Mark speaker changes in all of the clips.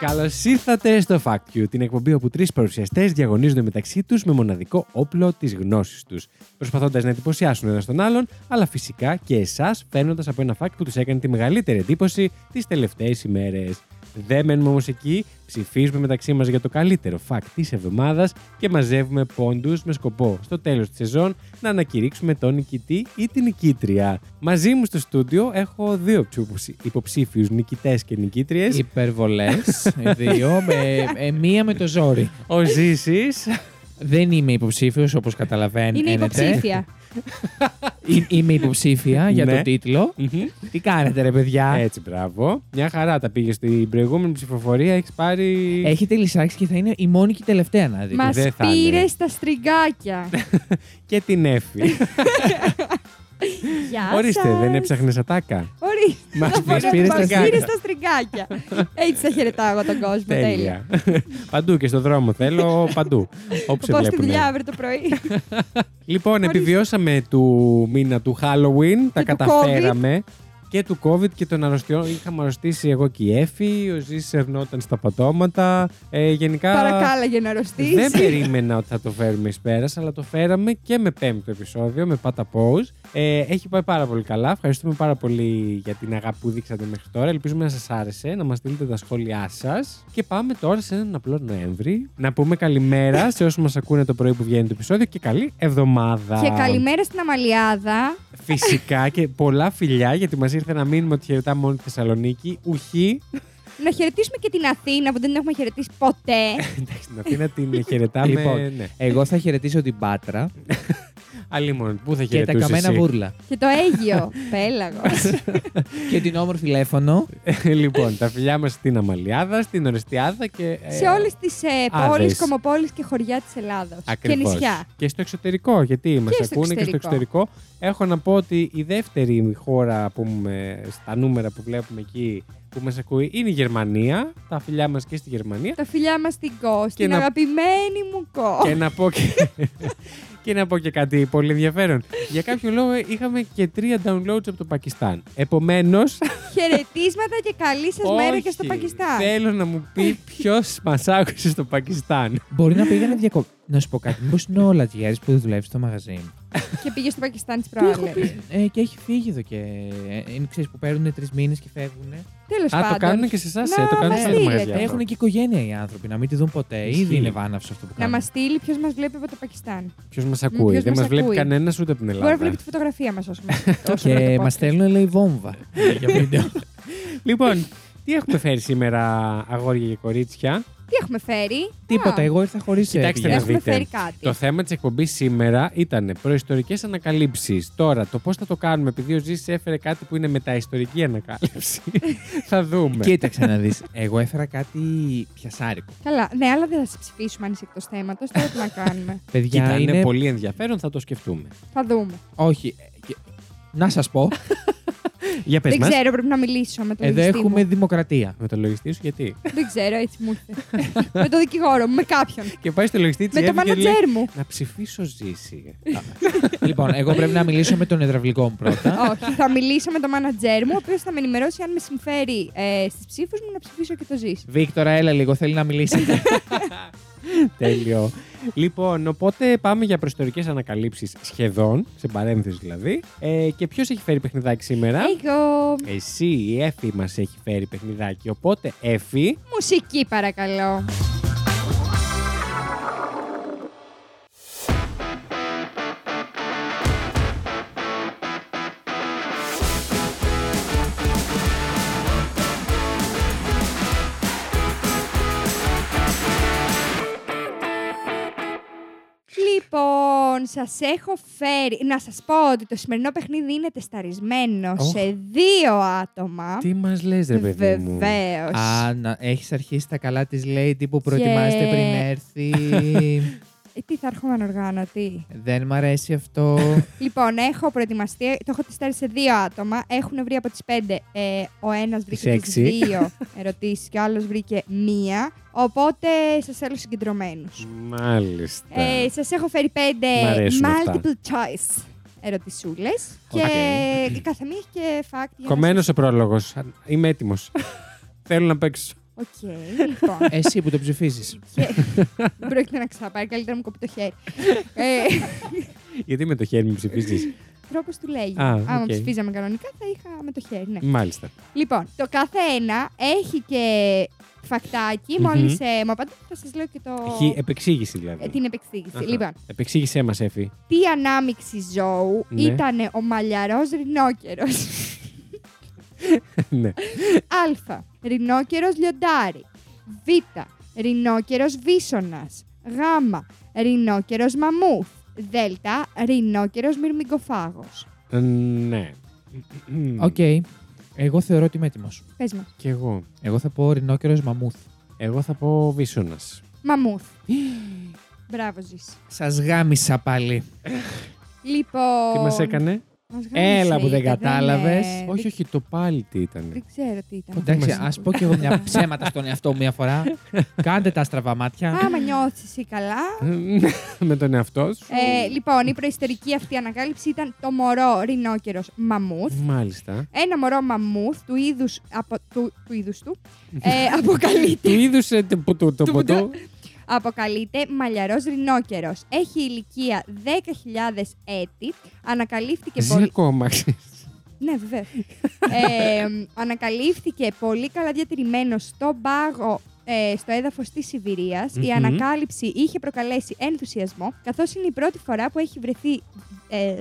Speaker 1: Καλώ ήρθατε στο Fact You, την εκπομπή όπου τρεις παρουσιαστές διαγωνίζονται μεταξύ τους με μοναδικό όπλο της γνώσης τους, προσπαθώντας να εντυπωσιάσουν ένας τον άλλον, αλλά φυσικά και εσάς, φέρνοντα από ένα fact που τους έκανε τη μεγαλύτερη εντύπωση τις τελευταίες ημέρες. Δεν μένουμε όμως εκεί, ψηφίζουμε μεταξύ μας για το καλύτερο fact της εβδομάδας και μαζεύουμε πόντους με σκοπό στο τέλος της σεζόν να ανακηρύξουμε τον νικητή ή την νικήτρια. Μαζί μου στο στούντιο έχω δύο υποψήφιους νικητές και νικήτριες.
Speaker 2: Υπερβολές. δύο. με, ε, μία με το ζόρι.
Speaker 1: Ο Ζήσης.
Speaker 2: Δεν είμαι υποψήφιος, όπως καταλαβαίνετε.
Speaker 3: Είναι υποψήφια.
Speaker 2: Ε, Είμαι υποψήφια για
Speaker 1: Ναι.
Speaker 2: το τίτλο. Τι κάνετε, ρε παιδιά.
Speaker 1: Έτσι, μπράβο. Μια χαρά τα πήγες στην προηγούμενη ψηφοφορία. Έχεις πάρει.
Speaker 2: Έχετε λυσάξει και θα είναι η μόνη και η τελευταία να δείτε.
Speaker 3: Μας
Speaker 1: δεν θα είναι.
Speaker 3: πήρες στα στριγκάκια.
Speaker 1: Και την έφη.
Speaker 3: Γεια
Speaker 1: Ορίστε,
Speaker 3: σας.
Speaker 1: δεν έψαχνες ατάκα.
Speaker 3: Ορίστε.
Speaker 1: Μας
Speaker 3: Να πω
Speaker 1: πήρες
Speaker 3: ότι
Speaker 1: πήρες
Speaker 3: μας
Speaker 1: στα
Speaker 3: πήρες
Speaker 1: στριγκάκια.
Speaker 3: στα στριγκάκια. Έτσι θα χαιρετάω εγώ τον κόσμο. Τέλεια.
Speaker 1: Τέλεια. παντού και στο δρόμο θέλω. Παντού. Όπου σε
Speaker 3: Πάω στη
Speaker 1: βλέπουν. ναι.
Speaker 3: δουλειά αύριο το πρωί.
Speaker 1: Λοιπόν, επιβιώσαμε του μήνα του Halloween. Τα
Speaker 3: του
Speaker 1: καταφέραμε. Και του COVID και των αρρωστιών. Είχαμε αρρωστήσει εγώ και η Εφη. Ο Ζήση ερνόταν στα πατώματα. Ε, γενικά.
Speaker 3: Παρακάλαγε να
Speaker 1: Δεν
Speaker 3: αρρωστήσει.
Speaker 1: περίμενα ότι θα το φέρουμε εις πέρας, αλλά το φέραμε και με πέμπτο επεισόδιο, με Πάτα Pose. Ε, έχει πάει πάρα πολύ καλά. Ευχαριστούμε πάρα πολύ για την αγάπη που δείξατε μέχρι τώρα. Ελπίζουμε να σας άρεσε, να μας στείλετε τα σχόλιά σας. Και πάμε τώρα σε έναν απλό Νοέμβρη. Να πούμε καλημέρα σε όσους μας ακούνε το πρωί που βγαίνει το επεισόδιο και καλή εβδομάδα.
Speaker 3: Και καλημέρα στην Αμαλιάδα.
Speaker 1: Φυσικά και πολλά φιλιά, γιατί μας ήρθε ένα μήνυμα ότι χαιρετάμε όλη τη Θεσσαλονίκη. Ουχή.
Speaker 3: Να χαιρετήσουμε και την Αθήνα που δεν την έχουμε χαιρετήσει ποτέ.
Speaker 1: Εντάξει, στην Αθήνα την χαιρετάμε.
Speaker 2: Λοιπόν.
Speaker 1: ναι.
Speaker 2: Εγώ θα χαιρετήσω την Πάτρα
Speaker 1: Αλλήμον, πού θα
Speaker 2: και τα
Speaker 1: χαιρετούσες
Speaker 2: καμένα
Speaker 1: εσύ?
Speaker 2: βούρλα.
Speaker 3: και το Αίγυο. Πέλαγος.
Speaker 2: και την όμορφη Λέφωνο.
Speaker 1: λοιπόν, τα φιλιά μας στην Αμαλιάδα, στην Ορεστιάδα και. ε,
Speaker 3: σε όλες τις ε,
Speaker 1: Άδες.
Speaker 3: πόλεις, κομοπόλεις και χωριά της Ελλάδος. Και
Speaker 1: ακριβώς.
Speaker 3: νησιά.
Speaker 1: Και στο εξωτερικό, γιατί μας
Speaker 3: στο
Speaker 1: ακούνε και στο εξωτερικό. Έχω να πω ότι η δεύτερη χώρα που με- στα νούμερα που βλέπουμε εκεί που μας ακούει είναι η Γερμανία. Τα φιλιά μας και στη Γερμανία.
Speaker 3: Τα φιλιά μας στην Κο, στην
Speaker 1: να-
Speaker 3: αγαπημένη μου Κο.
Speaker 1: και να πω και. Και να πω και κάτι πολύ ενδιαφέρον. Για κάποιο λόγο είχαμε και τρία downloads από το Πακιστάν. Επομένως.
Speaker 3: Χαιρετίσματα και καλή σας μέρα και στο Πακιστάν.
Speaker 1: Θέλω να μου πει ποιος μας άκουσε στο Πακιστάν.
Speaker 2: Μπορεί να πήγανε διακοπή. Να σου πω κάτι. Μήπως είναι όλα Λατιέρη που δουλεύει στο μαγαζί.
Speaker 3: και πήγε στο Πακιστάν της
Speaker 2: Τι έχω
Speaker 3: προάλλη.
Speaker 2: πει. Ε, και έχει φύγει εδώ και. ε, Είναι ξέρεις που παίρνουν τρεις μήνες και φύγουν.
Speaker 3: Τέλος
Speaker 1: Α, το κάνουν
Speaker 3: πάντων.
Speaker 1: και σε εσάς.
Speaker 3: Να
Speaker 1: Το κάνουν
Speaker 3: μας
Speaker 1: σε ε. άλλα
Speaker 3: στείλετε.
Speaker 1: μαγαζιά.
Speaker 2: Έχουν και οικογένεια οι άνθρωποι, να μην τη δουν ποτέ.
Speaker 1: Ισχύει.
Speaker 2: Ήδη είναι βάναυσο αυτό που
Speaker 3: Να
Speaker 2: κάνουν.
Speaker 3: μας στείλει ποιος μας βλέπει από το Πακιστάν.
Speaker 1: Ποιος μας ακούει,
Speaker 3: Ποιος
Speaker 1: δεν
Speaker 3: μας
Speaker 1: μας βλέπει
Speaker 3: ακούει.
Speaker 1: κανένας ούτε από την
Speaker 3: Μπορεί να βλέπει
Speaker 1: Ελλάδα.
Speaker 3: τη φωτογραφία μας όσο μας.
Speaker 2: Και μας στέλνουν, λέει, βόμβα.
Speaker 1: Ναι,
Speaker 2: για βίντεο.
Speaker 1: Λοιπόν, τι έχουμε φέρει σήμερα, αγόρια και κορίτσια.
Speaker 3: Τι έχουμε φέρει.
Speaker 2: Τίποτα,
Speaker 3: Α,
Speaker 2: εγώ ήρθα χωρίς
Speaker 1: Κοιτάξτε να
Speaker 3: Έχουμε
Speaker 1: δείτε.
Speaker 3: φέρει κάτι.
Speaker 1: Το θέμα της εκπομπής σήμερα ήταν προϊστορικές ανακαλύψεις. Τώρα, το πώς θα το κάνουμε, επειδή ο Ζήσης έφερε κάτι που είναι μεταϊστορική ανακάλυψη, θα δούμε.
Speaker 2: Κοίταξε να δεις. Εγώ έφερα κάτι πιασάρικο.
Speaker 3: Καλά. Ναι, αλλά δεν θα σε ψηφίσουμε αν είσαι εκτός θέματος. Τώρα τι να κάνουμε.
Speaker 2: Παιδιά,
Speaker 1: Κοίτα, είναι
Speaker 2: είναι.
Speaker 1: πολύ ενδιαφέρον, θα το σκεφτούμε.
Speaker 3: Θα δούμε.
Speaker 2: Όχι. ε, και- Να σας πω,
Speaker 1: Για πες
Speaker 3: Δεν
Speaker 1: μας.
Speaker 3: ξέρω, πρέπει να μιλήσω με τον
Speaker 2: εδώ
Speaker 3: λογιστή μου.
Speaker 2: έχουμε δημοκρατία.
Speaker 1: Με το λογιστή σου, γιατί.
Speaker 3: Δεν ξέρω, έτσι μου ήρθε. με τον δικηγόρο μου, με κάποιον.
Speaker 1: και πάει στο λογιστή της
Speaker 3: με τον μάνατζέρ μου.
Speaker 1: Να ψηφίσω Ζήση.
Speaker 2: λοιπόν, εγώ πρέπει να μιλήσω με τον υδραυλικό μου πρώτα.
Speaker 3: Όχι, θα μιλήσω με τον μάνατζέρ μου, ο οποίος θα με ενημερώσει αν με συμφέρει ε, στις ψήφους μου να ψηφίσω και το ζήσει.
Speaker 2: Βίκτορα, έλα λίγο, θέλει να μιλήσει.
Speaker 1: Τέλειο. λοιπόν, οπότε πάμε για προϊστορικές ανακαλύψεις σχεδόν, σε παρένθεση δηλαδή. Ε, και ποιος έχει φέρει παιχνιδάκι σήμερα.
Speaker 3: Εγώ.
Speaker 1: Εσύ, η Εφη μας έχει φέρει παιχνιδάκι. Οπότε, Εφη.
Speaker 3: Μουσική, παρακαλώ. Λοιπόν, σας έχω φέρει. Να σας πω ότι το σημερινό παιχνίδι είναι τεσταρισμένο
Speaker 2: Οχ.
Speaker 3: σε δύο άτομα.
Speaker 1: Τι μας λες, ρε παιδί μου.
Speaker 3: Βεβαίως.
Speaker 2: Α, να έχεις αρχίσει τα καλά της, λέει, που προετοιμάζεται
Speaker 3: Και-
Speaker 2: πριν έρθει.
Speaker 3: Ε, τι θα έρχομαι ανοργάνωτη.
Speaker 2: Δεν μ' αρέσει αυτό.
Speaker 3: Λοιπόν, έχω προετοιμαστεί, το έχω τεστάρει σε δύο άτομα. Έχουν βρει από τις πέντε. Ε, ο ένας βρήκε τις
Speaker 1: έξι.
Speaker 3: δύο ερωτήσεις και ο άλλος βρήκε μία. Οπότε σας θέλω συγκεντρωμένους.
Speaker 1: Μάλιστα.
Speaker 3: Ε, σας έχω φέρει πέντε
Speaker 1: Ναι. Μ' αρέσουν αυτά.
Speaker 3: multiple choice ερωτησούλες.
Speaker 1: Οκ.
Speaker 3: Και η κάθε μία έχει και fact. για να
Speaker 1: Κομμένος ο πρόλογος. Είμαι έτοιμος. Θέλω να παίξω.
Speaker 3: Οκ, λοιπόν.
Speaker 2: Εσύ που το ψηφίζεις.
Speaker 3: Και- Δεν πρόκειται να ξαναπάρει, καλύτερα μου κοπεί το χέρι. ε,
Speaker 1: Γιατί με το χέρι μου ψηφίζεις.
Speaker 3: Τρόπος του λέγει.
Speaker 1: Α,
Speaker 3: Άμα
Speaker 1: οκ.
Speaker 3: ψηφίζαμε κανονικά, θα είχα με το χέρι. Ναι.
Speaker 1: Μάλιστα.
Speaker 3: Λοιπόν, το κάθε ένα έχει και φακτάκι.
Speaker 1: Μμμ.
Speaker 3: Μόλις ε, μου απαντήσετε, θα σας λέω και το...
Speaker 1: Έχει επεξήγηση
Speaker 3: ε,
Speaker 1: δηλαδή.
Speaker 3: την επεξήγηση.
Speaker 1: Αχα.
Speaker 3: Λοιπόν,
Speaker 1: Επεξήγησέ μας, Εφη.
Speaker 3: τι ανάμιξη ζώου
Speaker 1: Ναι.
Speaker 3: ήταν ο μαλλιαρός ρινόκερος.
Speaker 1: ναι.
Speaker 3: Α. Ρινόκερος λιοντάρι. Β. Ρινόκερος βίσονα. Γ. Ρινόκερος μαμούθ. Δ. Ρινόκερος μυρμικοφάγος.
Speaker 1: Ε, Ναι.
Speaker 2: Οκ. Εγώ θεωρώ ότι είμαι έτοιμος.
Speaker 3: Πες μα.
Speaker 1: Κι εγώ.
Speaker 2: Εγώ θα πω ρινόκερος μαμούθ.
Speaker 1: Εγώ θα πω βίσονα.
Speaker 3: Μαμούθ. Μπράβο, Ζήση.
Speaker 2: Σας γάμισα πάλι.
Speaker 3: Λοιπόν.
Speaker 1: Τι μας έκανε.
Speaker 3: μας γάμισε,
Speaker 2: Έλα που δεν
Speaker 3: είδα,
Speaker 2: κατάλαβε.
Speaker 3: ε,
Speaker 1: Όχι, όχι, το πάλι τι ήταν.
Speaker 3: Δεν ξέρω τι ήταν.
Speaker 2: Εντάξει,
Speaker 1: Μας-
Speaker 2: ας πω και εγώ μια ψέματα στον εαυτό μου μια φορά. Κάντε τα στραβά μάτια.
Speaker 3: Άμα νιώθεις εσύ καλά.
Speaker 1: με τον εαυτό
Speaker 2: Ναι.
Speaker 1: σου.
Speaker 3: Ε, λοιπόν, η προϊστορική αυτή ανακάλυψη ήταν το μωρό ρινόκερος μαμούθ.
Speaker 1: Μάλιστα.
Speaker 3: Ένα μωρό μαμούθ του είδους, από, του, του, είδους του ε, αποκαλείται,
Speaker 1: Του είδους το ποτό. Το
Speaker 3: Του
Speaker 1: ποτό.
Speaker 3: αποκαλείται μαλλιαρός ρινόκερος. Έχει ηλικία 10.000 έτη. Ανακαλύφθηκε
Speaker 1: Ζει
Speaker 3: πολύ...
Speaker 1: ακόμα. ξέρεις.
Speaker 3: Ναι, βέβαια. ε, ανακαλύφθηκε πολύ καλά διατηρημένο στον πάγο ε, στο έδαφος της Σιβηρίας. Η
Speaker 1: Μμμ.
Speaker 3: ανακάλυψη είχε προκαλέσει ενθουσιασμό, καθώς είναι η πρώτη φορά που έχει βρεθεί, ε, ε,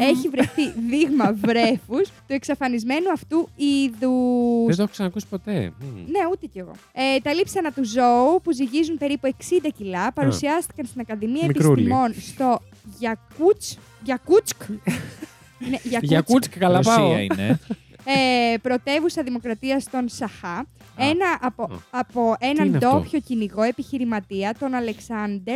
Speaker 3: έχει βρεθεί δείγμα βρέφους του εξαφανισμένου αυτού είδους.
Speaker 1: Δεν το έχω ξανακούσει ποτέ. Μμ.
Speaker 3: Ναι, ούτε κι εγώ. Ε, τα λείψανα του ζώου που ζυγίζουν περίπου 60 κιλά παρουσιάστηκαν στην Ακαδημία
Speaker 1: Μικρούλι.
Speaker 3: Επιστημών στο Γιακούτς, Γιακούτσκ. ναι,
Speaker 1: Για
Speaker 3: Γιακούτσκ
Speaker 1: κούτσικα καλά πάω.
Speaker 2: Ρωσία είναι.
Speaker 3: ε, πρωτεύουσα δημοκρατίας των Σαχά. Ένα από,
Speaker 1: Α.
Speaker 3: από έναν
Speaker 1: είναι αυτό?
Speaker 3: ντόπιο κυνηγό επιχειρηματία, τον Αλεξάνδρ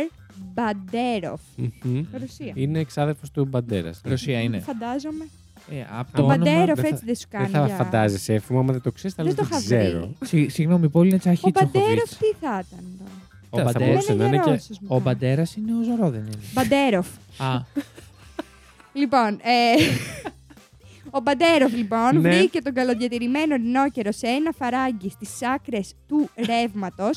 Speaker 3: Μπαντέροφ.
Speaker 1: Μμμ.
Speaker 3: Ρωσία.
Speaker 1: Είναι εξάδελφος του Ε, Μπαντέρας.
Speaker 2: Ρωσία είναι.
Speaker 3: Φαντάζομαι.
Speaker 2: Ε, απ'
Speaker 1: Το
Speaker 3: Το
Speaker 1: όνομα δεν
Speaker 3: Μπαντέροφ
Speaker 1: θα-
Speaker 3: έτσι δεν σου κάνει.
Speaker 1: Δεν θα
Speaker 3: για-
Speaker 1: φαντάζεσαι, εφημά, άμα δεν το ξέρεις, θα
Speaker 3: Δεν
Speaker 1: λες
Speaker 3: το
Speaker 1: δεν
Speaker 3: είχα
Speaker 1: ξέρω.
Speaker 3: βρει.
Speaker 2: Συγ- Συγγνώμη, η πόλη είναι
Speaker 3: Ο
Speaker 2: Τσαχίτσοχοβιτ.
Speaker 3: Μπαντέροφ τι θα ήταν. τώρα?
Speaker 2: Ο
Speaker 1: Θα- θα
Speaker 2: Μπαντέροφ-
Speaker 1: μπορούσε να
Speaker 3: Εμένα
Speaker 1: είναι
Speaker 3: είναι
Speaker 1: και.
Speaker 3: Ρώσος μου
Speaker 2: Ο
Speaker 3: κάνει.
Speaker 2: μπαντέρας είναι ο Ζωρό, δεν είναι.
Speaker 3: Μπαντέροφ.
Speaker 2: Α,
Speaker 3: Λοιπόν, ε, ο Μπαντέροφ λοιπόν
Speaker 1: Ναι.
Speaker 3: βρήκε τον καλοδιατηρημένο ρινόκερο σε ένα φαράγγι στις άκρες του ρεύματος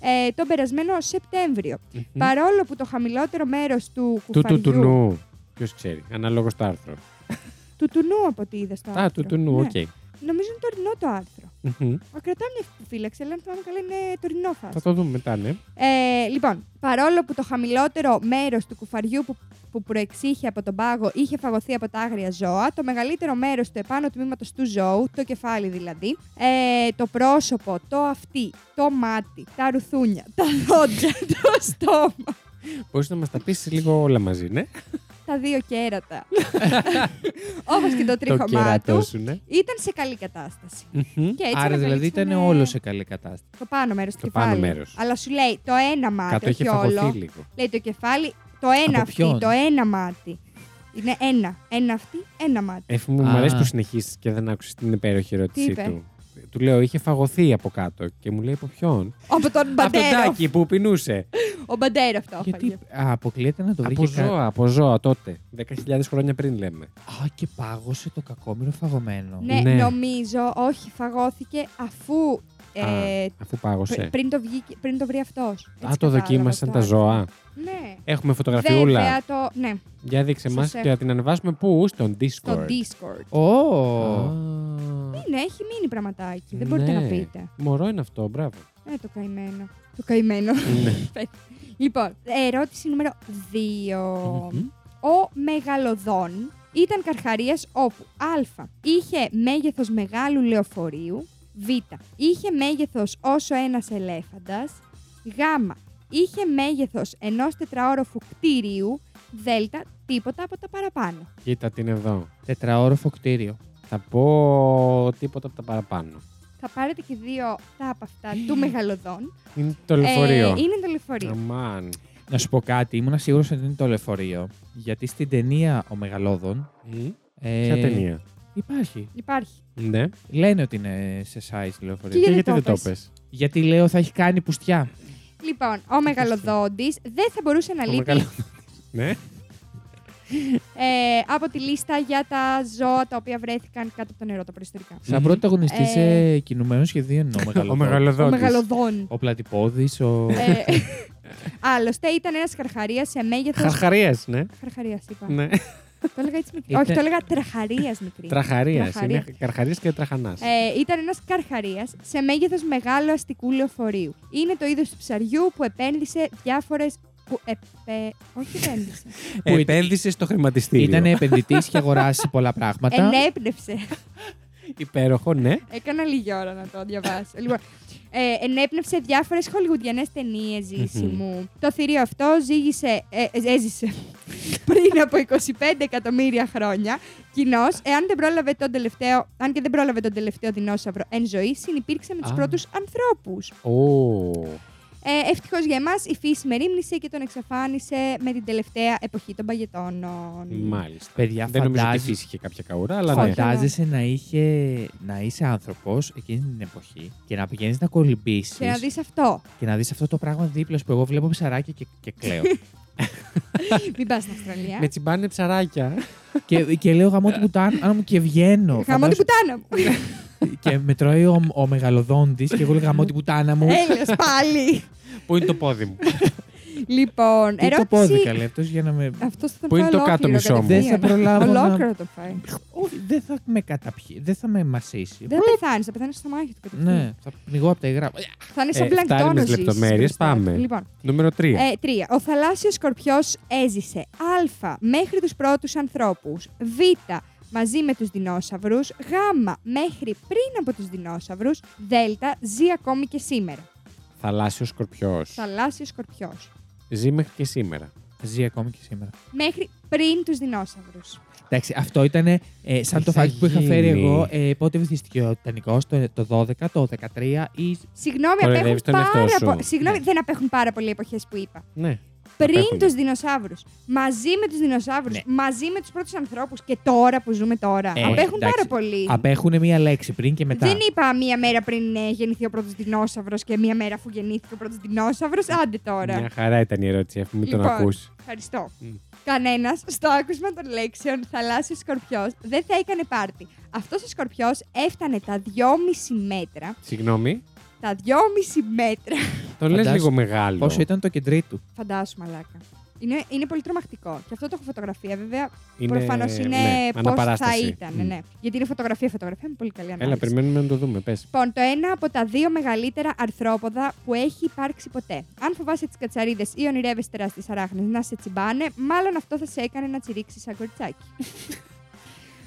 Speaker 3: ε, τον περασμένο Σεπτέμβριο. Παρόλο που το χαμηλότερο μέρος του
Speaker 1: Του του
Speaker 3: κουφαριού...
Speaker 1: του νου. Ποιος ξέρει, αναλόγως το άρθρο.
Speaker 3: Του τουνού από ό,τι είδα στο άρθρο.
Speaker 1: Α, του του νου,
Speaker 3: Ναι.
Speaker 1: οκ.
Speaker 3: Νομίζω είναι τωρινό το άρθρο.
Speaker 1: Μμμ.
Speaker 3: Ο κρατάω μια επιφύλαξη, αλλά αν θυμάμαι καλά είναι τωρινό
Speaker 1: Θα
Speaker 3: φάσμα.
Speaker 1: το δούμε μετά, ναι.
Speaker 3: Ε, λοιπόν, παρόλο που το χαμηλότερο μέρος του κουφαριού που, που προεξήχε από τον πάγο είχε φαγωθεί από τα άγρια ζώα, το μεγαλύτερο μέρος του επάνω τμήματος του ζώου, το κεφάλι δηλαδή, ε, το πρόσωπο, το αυτί, το μάτι, τα ρουθούνια, τα δόντια, το στόμα,
Speaker 1: Μπορείς να μας τα πεις λίγο όλα μαζί, ναι.
Speaker 3: τα δύο κέρατα, όπως και το
Speaker 1: Το
Speaker 3: τρίχωμά
Speaker 1: κερατό
Speaker 3: του,
Speaker 1: σου, ναι.
Speaker 3: ήταν σε καλή κατάσταση.
Speaker 1: Μμμ.
Speaker 3: Και έτσι
Speaker 2: άρα δηλαδή ήταν
Speaker 3: ανακαλύψανε
Speaker 2: όλο σε καλή κατάσταση.
Speaker 3: Το πάνω μέρος του
Speaker 1: Το πάνω
Speaker 3: κεφάλι.
Speaker 1: μέρος.
Speaker 3: Αλλά σου λέει το ένα μάτι,
Speaker 1: Κάτω
Speaker 3: όχι
Speaker 1: έχει
Speaker 3: όλο.
Speaker 1: φαγωθεί λίγο.
Speaker 3: Λέει το κεφάλι, το ένα
Speaker 2: Από
Speaker 3: αυτή,
Speaker 2: ποιον?
Speaker 3: το ένα μάτι. Είναι ένα. Ένα αυτή, ένα μάτι.
Speaker 1: Εφη Ε, μου, μου
Speaker 2: Α.
Speaker 1: αρέσει που συνεχίσει και δεν άκουσες την υπέροχη ερώτησή
Speaker 3: είπε?
Speaker 1: του. Του λέω, είχε φαγωθεί από κάτω και μου λέει από ποιον.
Speaker 3: Από τον
Speaker 1: Από τον
Speaker 3: μπαντέρο.
Speaker 1: τάκι που πεινούσε.
Speaker 3: Ο μπαντέρο αυτό.
Speaker 2: Γιατί
Speaker 3: φάγε.
Speaker 2: α, αποκλείεται να το βρει.
Speaker 1: Από ζώα, από ζώα τότε. 10.000 χρόνια πριν λέμε.
Speaker 2: Α, και πάγωσε το κακόμοιρο φαγωμένο.
Speaker 3: Ναι,
Speaker 1: Ναι.
Speaker 3: νομίζω, όχι, φαγώθηκε αφού. ε,
Speaker 1: Α, αφού πάγωσε.
Speaker 3: πρι- πριν, το βγήκε- πριν το βρει αυτός.
Speaker 1: Α, το δοκίμασαν τα ζώα.
Speaker 3: Ναι.
Speaker 1: Έχουμε φωτογραφιούλα.
Speaker 3: Βέβαια το. Ναι,
Speaker 1: Για δείξε
Speaker 3: Σας
Speaker 1: μα
Speaker 3: έχω.
Speaker 1: και θα την ανεβάσουμε πού, στον Discord.
Speaker 3: στο Discord.
Speaker 2: Ω!
Speaker 3: Ναι, έχει μείνει πραγματάκι.
Speaker 1: Ναι.
Speaker 3: Δεν μπορείτε να πείτε.
Speaker 1: Μωρό είναι αυτό, μπράβο.
Speaker 3: Ε, το καημένο. Το καημένο.
Speaker 1: Ναι.
Speaker 3: Λοιπόν, ερώτηση νούμερο 2.
Speaker 1: Μμμ.
Speaker 3: Ο Μεγαλοδόν ήταν καρχαρίας όπου α. είχε μέγεθος μεγάλου λεωφορείου, β. είχε μέγεθος όσο ένας ελέφαντας, γ. είχε μέγεθος ενός τετραόροφου κτίριου, δ. τίποτα από τα παραπάνω.
Speaker 1: Κοίτα την εδώ.
Speaker 2: Τετραόροφο κτίριο.
Speaker 1: Θα πω τίποτα από τα παραπάνω.
Speaker 3: Θα πάρετε και δύο τα από αυτά του Μεγαλοδόν.
Speaker 1: Είναι το λεωφορείο.
Speaker 3: είναι το Ε, λεωφορείο.
Speaker 1: Αμάν.
Speaker 2: Να σου πω κάτι, ήμουν σίγουρος ότι είναι το λεωφορείο. Γιατί στην ταινία Ο Μεγαλόδων. Ε,
Speaker 1: Ποια ταινία.
Speaker 2: Υπάρχει.
Speaker 3: Υπάρχει.
Speaker 1: Ναι.
Speaker 2: Λένε ότι είναι σε size λεωφορείο.
Speaker 3: Και
Speaker 1: Και
Speaker 3: γιατί
Speaker 1: γιατί
Speaker 3: το
Speaker 1: δεν το
Speaker 3: πες?
Speaker 1: πες?
Speaker 2: Γιατί λέω θα έχει κάνει πουστιά.
Speaker 3: Λοιπόν, ο μεγαλοδόντης δεν θα μπορούσε να
Speaker 1: Το
Speaker 3: λείπει
Speaker 1: μεγάλο- Ναι.
Speaker 3: ε, από τη λίστα για τα ζώα τα οποία βρέθηκαν κάτω από το νερό, τα προϊστορικά.
Speaker 2: Σαν πρώτο αγωνιστή
Speaker 3: Ε.
Speaker 2: σε κινουμένο σχεδίο είναι ο
Speaker 1: Ο
Speaker 2: Μεγαλόδων.
Speaker 3: Ο
Speaker 1: μεγαλοδότης.
Speaker 3: μεγαλοδόν.
Speaker 2: Ο Πλατυπόδη, ο.
Speaker 3: ε, άλλωστε ήταν ένας χαρχαρίας σε μέγεθος.
Speaker 1: Χαρχαρίας, ναι.
Speaker 3: χαρχαρίας, είπα.
Speaker 1: ναι.
Speaker 3: το έλεγα έτσι μικρή.
Speaker 2: Ήταν-
Speaker 3: Όχι, το έλεγα τραχαρίας μικρή.
Speaker 1: Τραχαρίας.
Speaker 3: Τραχαρία.
Speaker 1: Είναι καρχαρίας και τραχανάς.
Speaker 3: Ε, ήταν ένας καρχαρίας σε μέγεθος μεγάλου αστικού λεωφορείου. Είναι το είδος του ψαριού που επένδυσε διάφορες. Που επε... Όχι επένδυσε.
Speaker 1: Που επένδυσε στο χρηματιστήριο.
Speaker 2: Ήταν επενδυτής και αγοράσει πολλά
Speaker 3: Ε,
Speaker 2: πράγματα.
Speaker 3: ναι, Ενέπνευσε.
Speaker 1: υπέροχο, ναι.
Speaker 3: Έκανα λίγη ώρα να το διαβάσω. λοιπόν, ε, ενέπνευσε διάφορες χολιγουδιανές ταινίες ζήσιμου. το θηρίο αυτό ζήγησε, ε, ε, έζησε πριν από 25 εκατομμύρια χρόνια. Κοινώς, εάν δεν πρόλαβε τον τελευταίο, αν και δεν πρόλαβε τον τελευταίο δεινόσαυρο εν ζωή, συνυπήρξε με τους
Speaker 1: Α.
Speaker 3: πρώτους ανθρώπους.
Speaker 1: Ω.
Speaker 3: Ε, Ευτυχώς για εμάς, η φύση μερίμνησε και τον εξαφάνισε με την τελευταία εποχή των παγετώνων.
Speaker 1: Μάλιστα.
Speaker 2: Παιδιά,
Speaker 1: Δεν νομίζω ότι η
Speaker 2: φαντάζει-
Speaker 1: φύση είχε κάποια καούρα, αλλά ναι.
Speaker 3: Φαντά-
Speaker 2: Φαντάζεσαι να, είχε, να είσαι άνθρωπος εκείνη την εποχή και να πηγαίνεις να κολυμπήσεις
Speaker 3: Και να δεις αυτό.
Speaker 2: και να δεις αυτό το πράγμα δίπλα σου που εγώ βλέπω ψαράκια και, και κλαίω.
Speaker 3: Μην πας στην Αυστραλία.
Speaker 1: Με τσιμπάνε ψαράκια.
Speaker 2: και, και λέω γαμό την πουτάνα μου και βγαίνω.
Speaker 3: Χαμό την πουτάνα μου.
Speaker 2: και με τρώει ο, ο μεγαλοδόντης και εγώ λέω γαμό την πουτάνα μου.
Speaker 1: Ναι.
Speaker 3: Έλεος πάλι.
Speaker 1: Πού είναι το πόδι μου.
Speaker 3: Ε, Λοιπόν,
Speaker 2: Τι το πόδι
Speaker 3: ερώτηση.
Speaker 2: καλέ αυτό για να με.
Speaker 3: Αυτός θα τον
Speaker 1: Πού
Speaker 3: φάει
Speaker 1: είναι το κάτω
Speaker 3: ολόκληρο
Speaker 1: μισό μου?
Speaker 3: κατευθείαν.
Speaker 2: Δεν θα προλάβω να-
Speaker 3: Ολόκληρο το φάει.
Speaker 2: Όχι, δεν θα με καταπιεί, δεν θα με μασίσει.
Speaker 3: Δεν θα πεθάνεις, θα πεθάνεις στο μάχη του κατευθείαν.
Speaker 2: Ναι, θα πνιγώ από τα υγρά.
Speaker 3: Θα είναι σαν
Speaker 1: Ε,
Speaker 3: ε,
Speaker 1: φτάνουμε
Speaker 3: πλανκτόνο.
Speaker 1: στις λεπτομέρειες, πάμε.
Speaker 3: Λοιπόν,
Speaker 1: Νούμερο 3.
Speaker 3: ε, τρία. Ο θαλάσσιος σκορπιός έζησε α. μέχρι τους πρώτους ανθρώπους, β. μαζί με τους δεινόσαυρους, γ. μέχρι πριν από τους δεινόσαυρους, δ. ζει ακόμη και σήμερα.
Speaker 1: Θαλάσσιος σκορπιός.
Speaker 3: Θαλάσσιος σκορπιός.
Speaker 1: Ζει μέχρι και σήμερα.
Speaker 2: Ε, Ζει ακόμη και σήμερα.
Speaker 3: Μέχρι πριν τους δεινόσαυρους.
Speaker 2: Εντάξει, αυτό ήταν σαν
Speaker 1: Τι θα
Speaker 2: το φάκι που είχα φέρει
Speaker 1: γίνει.
Speaker 2: εγώ. Ε, πότε βυθιστηκε ο Τιτανικός, το, το 12, το 13 ή.
Speaker 3: Συγγνώμη,
Speaker 1: Κοροϊδεύεις
Speaker 3: απέχουν
Speaker 1: τον εαυτό
Speaker 3: πάρα
Speaker 1: σου.
Speaker 3: πο- Συγγνώμη,
Speaker 2: Ναι.
Speaker 3: δεν απέχουν πάρα πολλοί εποχές που είπα.
Speaker 1: Ναι.
Speaker 3: Πριν
Speaker 1: Απέχουνε.
Speaker 3: τους δεινοσαύρου. Μαζί με τους δεινοσαύρου.
Speaker 2: Ναι.
Speaker 3: Μαζί με τους πρώτους ανθρώπους. Και τώρα που ζούμε τώρα.
Speaker 2: Ε,
Speaker 3: απέχουν
Speaker 2: εντάξει.
Speaker 3: πάρα πολύ.
Speaker 2: Απέχουν μία λέξη πριν και μετά.
Speaker 3: Δεν είπα μία μέρα πριν ε, γεννηθεί ο πρώτος δεινόσαυρος και μία μέρα αφού γεννήθηκε ο πρώτος δεινόσαυρος. Άντε τώρα.
Speaker 1: Μια χαρά ήταν η ερώτηση, αφού μην τον
Speaker 3: Λοιπόν.
Speaker 1: ακούσει.
Speaker 3: Ευχαριστώ.
Speaker 1: Μμ.
Speaker 3: Κανένας στο άκουσμα των λέξεων θαλάσσιος σκορπιός δεν θα έκανε πάρτι. Αυτός ο σκορπιός έφτανε τα 2,5 μέτρα.
Speaker 1: Συγγνώμη.
Speaker 3: Τα 2,5 μέτρα.
Speaker 1: Το λες
Speaker 2: Φαντάζομαι.
Speaker 1: λίγο μεγάλο.
Speaker 2: Πόσο ήταν το κεντρί του.
Speaker 3: Φαντάσου, μαλάκα. Είναι, είναι πολύ τρομακτικό. Και αυτό το έχω φωτογραφία, βέβαια.
Speaker 1: Είναι-
Speaker 3: Προφανώς είναι
Speaker 1: ναι,
Speaker 3: πώς θα
Speaker 1: αναπαράσταση.
Speaker 3: ήταν.
Speaker 1: Μμ.
Speaker 3: Ναι. Γιατί είναι φωτογραφία, φωτογραφία με πολύ καλή ανάλυση.
Speaker 1: Έλα, περιμένουμε να το δούμε. Πες.
Speaker 3: Λοιπόν, το ένα από τα δύο μεγαλύτερα αρθρόποδα που έχει υπάρξει ποτέ. Αν φοβάσαι τις κατσαρίδες ή ονειρεύεσαι τεράστιες αράχνες να σε τσιμπάνε, μάλλον αυτό θα σε έκανε να τσιρίξεις σαν κοριτσάκι.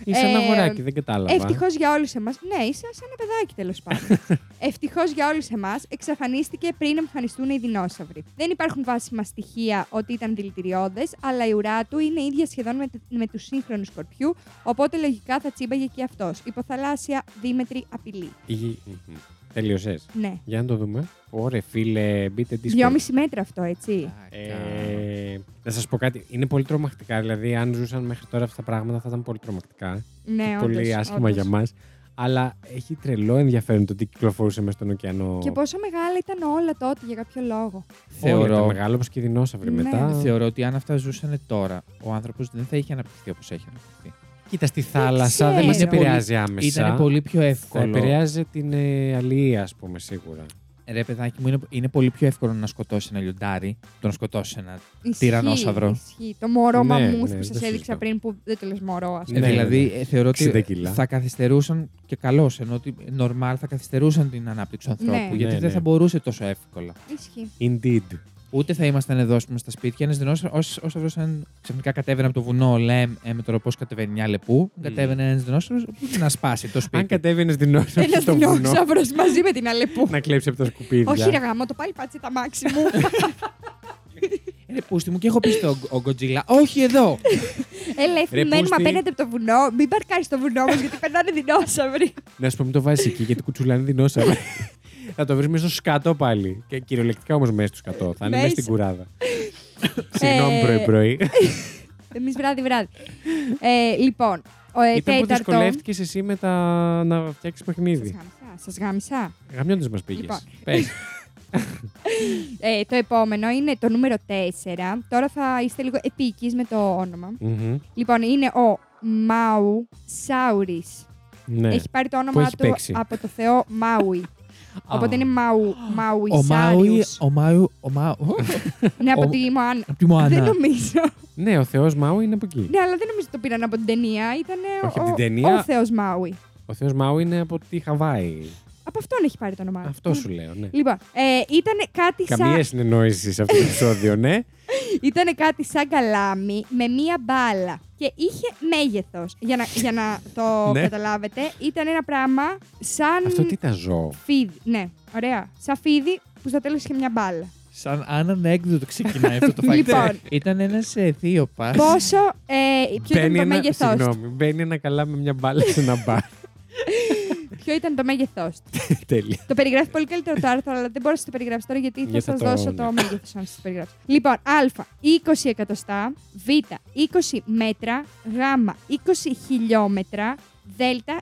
Speaker 1: Είσαι ένα
Speaker 3: Ε,
Speaker 1: αγοράκι, δεν κατάλαβα.
Speaker 3: Ευτυχώς για όλους εμάς. Ναι, είσαι σαν ένα παιδάκι τέλος πάντων. Ευτυχώς για όλους εμάς, εξαφανίστηκε πριν εμφανιστούν οι δεινόσαυροι. Δεν υπάρχουν βάσιμα στοιχεία ότι ήταν δηλητηριώδες, αλλά η ουρά του είναι ίδια σχεδόν με, με τους σύγχρονους σκορπιού, οπότε λογικά θα τσίμπαγε και αυτός. Υποθαλάσσια δίμετρη απειλή.
Speaker 1: Τελείωσες.
Speaker 3: Ναι.
Speaker 1: Για να το δούμε. Ωρε, φίλε, μπείτε Discord.
Speaker 3: Δυόμιση μέτρα αυτό, έτσι.
Speaker 1: Ε, να σας πω κάτι. Είναι πολύ τρομακτικά. Δηλαδή, αν ζούσαν μέχρι τώρα αυτά τα πράγματα, θα ήταν πολύ τρομακτικά.
Speaker 3: ναι,
Speaker 1: πολύ
Speaker 3: όντως,
Speaker 1: άσχημα
Speaker 3: όντως.
Speaker 1: για μας. Αλλά έχει τρελό ενδιαφέρον το τι κυκλοφορούσε μέσα στον ωκεανό.
Speaker 3: Και πόσο μεγάλα ήταν όλα τότε για κάποιο λόγο.
Speaker 1: Όλα τα
Speaker 2: Θεωρώ-
Speaker 1: μεγάλα, όπως και οι δεινόσαυροι
Speaker 3: Ναι.
Speaker 1: μετά.
Speaker 2: Θεωρώ ότι αν αυτά ζούσαν τώρα, ο άνθρωπος δεν θα είχε αναπτυχθεί όπως έχει αναπτυχθεί.
Speaker 1: Κοίτα στη θάλασσα, δεν
Speaker 3: ξέρω.
Speaker 1: μα
Speaker 3: Είναι πολύ-
Speaker 1: επηρεάζει άμεσα.
Speaker 2: Ήταν πολύ πιο
Speaker 1: Θα
Speaker 2: εύκολο.
Speaker 1: επηρεάζει την ε, αλληλεία, ας πούμε, σίγουρα.
Speaker 2: Ρε, παιδάκι μου, είναι, είναι πολύ πιο εύκολο να σκοτώσει ένα λιοντάρι το να σκοτώσει ένα.
Speaker 3: Ισχύει,
Speaker 2: Τυρανόσαυρο.
Speaker 3: Ισχύει. Το μωρό
Speaker 1: Ναι,
Speaker 3: μαμούθ
Speaker 1: ναι,
Speaker 3: που
Speaker 1: δεν
Speaker 3: σας έδειξα
Speaker 1: συζητώ.
Speaker 3: πριν που δεν το λες μωρό, ας
Speaker 1: Ναι,
Speaker 2: Ε,
Speaker 1: ναι,
Speaker 2: δηλαδή, ε, θεωρώ
Speaker 1: 60
Speaker 2: ότι
Speaker 1: κιλά.
Speaker 2: θα καθυστερούσαν και καλώς. Ενώ ότι normal θα καθυστερούσαν την ανάπτυξη του
Speaker 3: Ναι.
Speaker 2: ανθρώπου. γιατί
Speaker 1: Ναι,
Speaker 2: δεν
Speaker 1: ναι.
Speaker 2: θα μπορούσε τόσο εύκολα.
Speaker 3: Ισχύει.
Speaker 1: Indeed.
Speaker 2: Ούτε θα ήμασταν εδώ ας πούμε, στα σπίτια. Ένα δεινόσαυρο, όσο όσο βρω, αν ξαφνικά κατέβαινε από το βουνό, λέμε ε, με το πώ κατεβαίνει μια λεπού, κατέβαινε ένας δεινόσαυρο, ούτε να σπάσει το
Speaker 1: Mm. Αν
Speaker 2: σπίτι.
Speaker 1: κατέβαινε δεινόσαυρο
Speaker 3: Ένας
Speaker 1: στο βουνό
Speaker 3: δεινόσαυρο μαζί με την Αλεπού.
Speaker 1: να κλέψει από τα σκουπίδια.
Speaker 3: Όχι, ρε γάμο, το πάλι πάτσε τα μάξι μου.
Speaker 2: Ε, Ρε πούστη μου, και έχω πει στο ο Γκοτζίλα, όχι εδώ!
Speaker 1: Ρε,
Speaker 3: Ελεύθερη, μένουμε
Speaker 1: πούστη.
Speaker 3: απέναντι από το βουνό. Μην παρκάρεις το βουνό μας, γιατί περνάνε δεινόσαυροι.
Speaker 1: Να σου πω, μην Ναι, το βάζεις εκεί, γιατί κουτσουλάνε δεινόσαυρο. θα το βρεις μέσα στο σκατό πάλι. Και κυριολεκτικά όμως μέσα στο σκατό. Θα είναι μέσα
Speaker 3: Μέσα.
Speaker 1: στην κουράδα. Συγγνώμη
Speaker 3: Ε,
Speaker 1: πρωί-πρωί.
Speaker 3: Εμείς βράδυ-βράδυ. ε, λοιπόν, ο ε,
Speaker 1: Ήταν που
Speaker 3: τέταρτο.
Speaker 1: δυσκολεύτηκες εσύ με τα να φτιάξεις
Speaker 3: Σας
Speaker 1: παιχνίδι.
Speaker 3: γάμισα. Σας γάμισα.
Speaker 1: Γαμιόντε μας πήγες.
Speaker 3: Λοιπόν.
Speaker 1: Πες.
Speaker 3: Ε, το επόμενο είναι το νούμερο 4. Τώρα θα είστε λίγο επίκης με το όνομα.
Speaker 1: Μμμ.
Speaker 3: Λοιπόν, είναι ο Μάου Σάουρης.
Speaker 1: Ναι.
Speaker 3: Έχει πάρει το
Speaker 1: Που
Speaker 3: όνομά
Speaker 1: έχει
Speaker 3: του
Speaker 1: παίξει.
Speaker 3: από το θεό Μάουι. Οπότε είναι Μάου,
Speaker 2: Ο Μάουι,
Speaker 3: Μάουισάριους.
Speaker 2: ο Μάου, ο Μάου.
Speaker 3: Ναι, από
Speaker 2: ο-
Speaker 3: τη Μωάννα.
Speaker 2: Από τη
Speaker 3: Δεν
Speaker 2: Μωάνα.
Speaker 3: νομίζω.
Speaker 1: Ναι, ο Θεός Μάου είναι από εκεί.
Speaker 3: Ναι, αλλά δεν νομίζω ότι το πήραν από την ταινία. Ήταν
Speaker 1: Όχι,
Speaker 3: ο,
Speaker 1: από την ταινία.
Speaker 3: ο Θεός Μάουι.
Speaker 1: Ο Θεός Μάου είναι από τη Χαβάη.
Speaker 3: Από αυτόν έχει πάρει το όνομά του.
Speaker 1: Αυτό σου λέω, ναι.
Speaker 3: Λοιπόν, ε, ήταν κάτι
Speaker 1: Καμία
Speaker 3: σαν.
Speaker 1: συνεννόηση σε αυτό το επεισόδιο, ναι.
Speaker 3: Ήταν κάτι σαν καλάμι με μία μπάλα και είχε μέγεθος. Για να, για να το
Speaker 1: Ναι.
Speaker 3: καταλάβετε, ήταν ένα πράγμα σαν
Speaker 1: Αυτό τι ήταν ζώο.
Speaker 3: φίδι. Ναι, ωραία. Σαν φίδι που στο τέλος είχε μια μπάλα.
Speaker 2: Σαν αν ανέκδοτο ξεκινάει αυτό το φαγητό.
Speaker 3: Λοιπόν.
Speaker 2: Ήταν ε, ένα θείοπα.
Speaker 3: Πόσο. Ε, ποιο, ήταν το
Speaker 1: ένα,
Speaker 3: μέγεθός του,
Speaker 1: συγγνώμη, μπαίνει ένα καλά με μια μπάλα σε ένα μπαρ.
Speaker 3: ποιο ήταν το μέγεθός του.
Speaker 1: Τέλεια.
Speaker 3: το περιγράφει πολύ καλύτερο το άρθρο, αλλά δεν μπορώ να σα το περιγράψω τώρα γιατί θα
Speaker 1: Γιατί
Speaker 3: σα
Speaker 1: το-
Speaker 3: δώσω το
Speaker 1: ναι.
Speaker 3: μέγεθος αν σας περιγράψω. Λοιπόν, Α 20 εκατοστά, Β 20 μέτρα, Γ 20 χιλιόμετρα, Δ